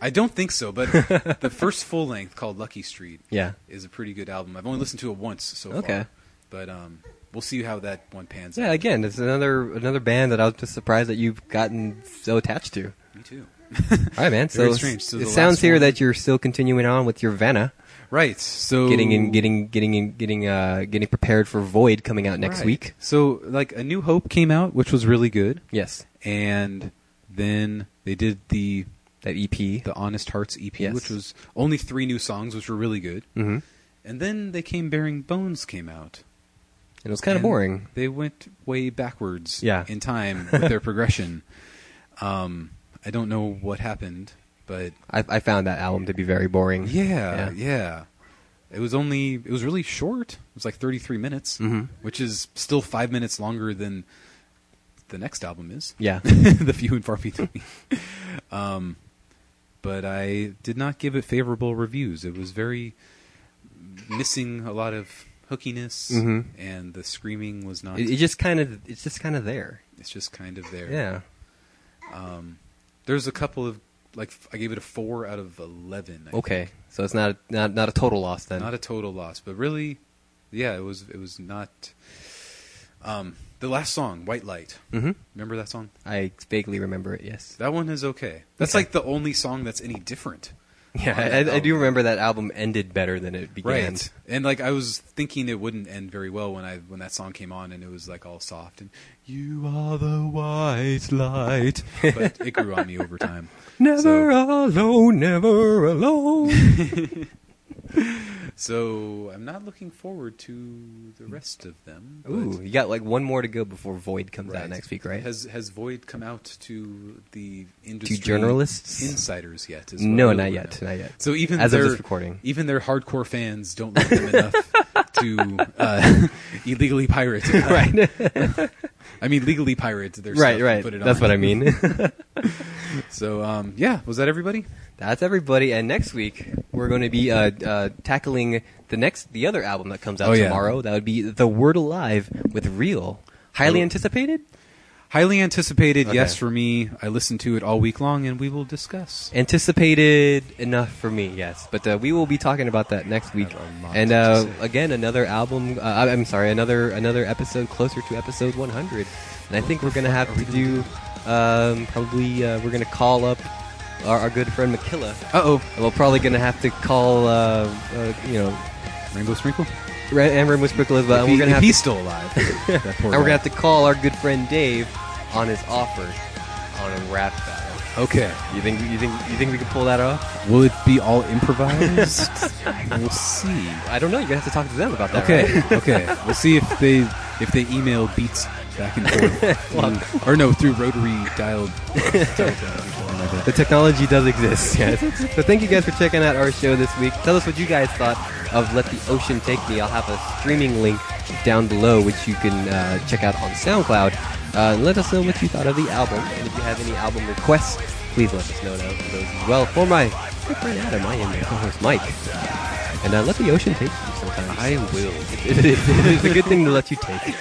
I don't think [LAUGHS] so, but the first full length called Lucky Street Yeah. is a pretty good album. I've only listened to it once so Okay. far, but um, we'll see how that one pans Yeah. out. Again, it's another another band that I was just surprised that you've gotten so attached to. Me too. [LAUGHS] All right, man. Very So strange. So it the sounds last here one- that you're still continuing on with your Vanna, Right. So getting in, getting, getting in, getting, uh, getting prepared for Void coming out next Right. week. So like a New Hope came out, which was really good, Yes, and then they did the that E EP. the Honest Hearts EP, Yes. which was only three new songs, which were really good. hmm And then they came Bearing Bones came out. And it was kind of And boring. They went way backwards Yeah. in [LAUGHS] time with their progression. Um, I don't know what happened, but I, I found that album to be very boring. yeah, yeah, It was only it was really short. It was like 33 minutes, Mhm. which is still 5 minutes longer than the next album is. yeah. [LAUGHS] the few and far between. [LAUGHS] um, but I did not give it favorable reviews. It was very missing a lot of hookiness, Mhm. and the screaming was not. It, it just kind of, it's just kind of there. it's just kind of there. Yeah. There's a couple of like f- I gave it a four out of eleven. I think. Okay. So it's not not not a total loss then. Not a total loss, but really, yeah, it was. It was not. Um, the last song, White Light. Mhm. Remember that song? I vaguely remember it. Yes. That one is okay. That's like the only song that's any different. Yeah, on that I, I do album. remember that album ended better than it began. Right. And like I was thinking it wouldn't end very well when I when that song came on and it was like all soft and you are the white [LAUGHS] light. but it grew on me over time. Never So- alone, never [LAUGHS] alone. So I'm not looking forward to the rest of them. but- Ooh, you got like one more to go before Void comes Right. out next week, right? Has has Void come out to the industry journalists? insiders yet? is what no, we're not looking yet, at. not yet. So even As of their, this recording. even their hardcore fans don't like them [LAUGHS] enough to uh, illegally pirate. uh, [LAUGHS] right, I mean, legally pirate their [LAUGHS] stuff right, and right. Put it That's on. what I [LAUGHS] mean. So um, yeah, was that everybody? That's everybody. And next week we're going to be uh, uh, tackling the next, the other album that comes out Oh, yeah. tomorrow. That would be The Word Alive with Real. Highly Oh. anticipated. Highly anticipated, yes, Okay. for me. I listened to it all week long, and we will discuss. anticipated enough for me yes but uh, we will be talking about that next week have a lot and to uh, say. again another album uh, I- i'm sorry another another episode closer to episode 100 and i think we're gonna have to do um, probably uh, we're gonna call up our, our good friend mckilla Uh oh, and we're probably gonna have to call uh, uh, you know Rainbow Sprinkle. Red Amber with Sprinkle as well if and he- we're gonna if have to, he's still [LAUGHS] alive. that and we're poor gonna guy. have to call our good friend dave on his offer on a rap battle Okay, you think you think you think we could pull that off will it be all improvised? we'll see. i don't know you're gonna have to talk to them about that right? Okay, okay. We'll see if they if they email beats back and forth, through, or no, through rotary dialed. uh, The technology does exist, yes. [LAUGHS] so thank you guys for checking out our show this week. Tell us what you guys thought of Let the Ocean Take Me. I'll have a streaming link down below, which you can uh, check out on SoundCloud. Uh, and let us know what you thought of the album. And if you have any album requests, please let us know those those as well. For my good friend Adam, I am your co-host Mike. And uh, let the ocean [LAUGHS] take you sometimes. I will. It is- it is a good thing to let you take.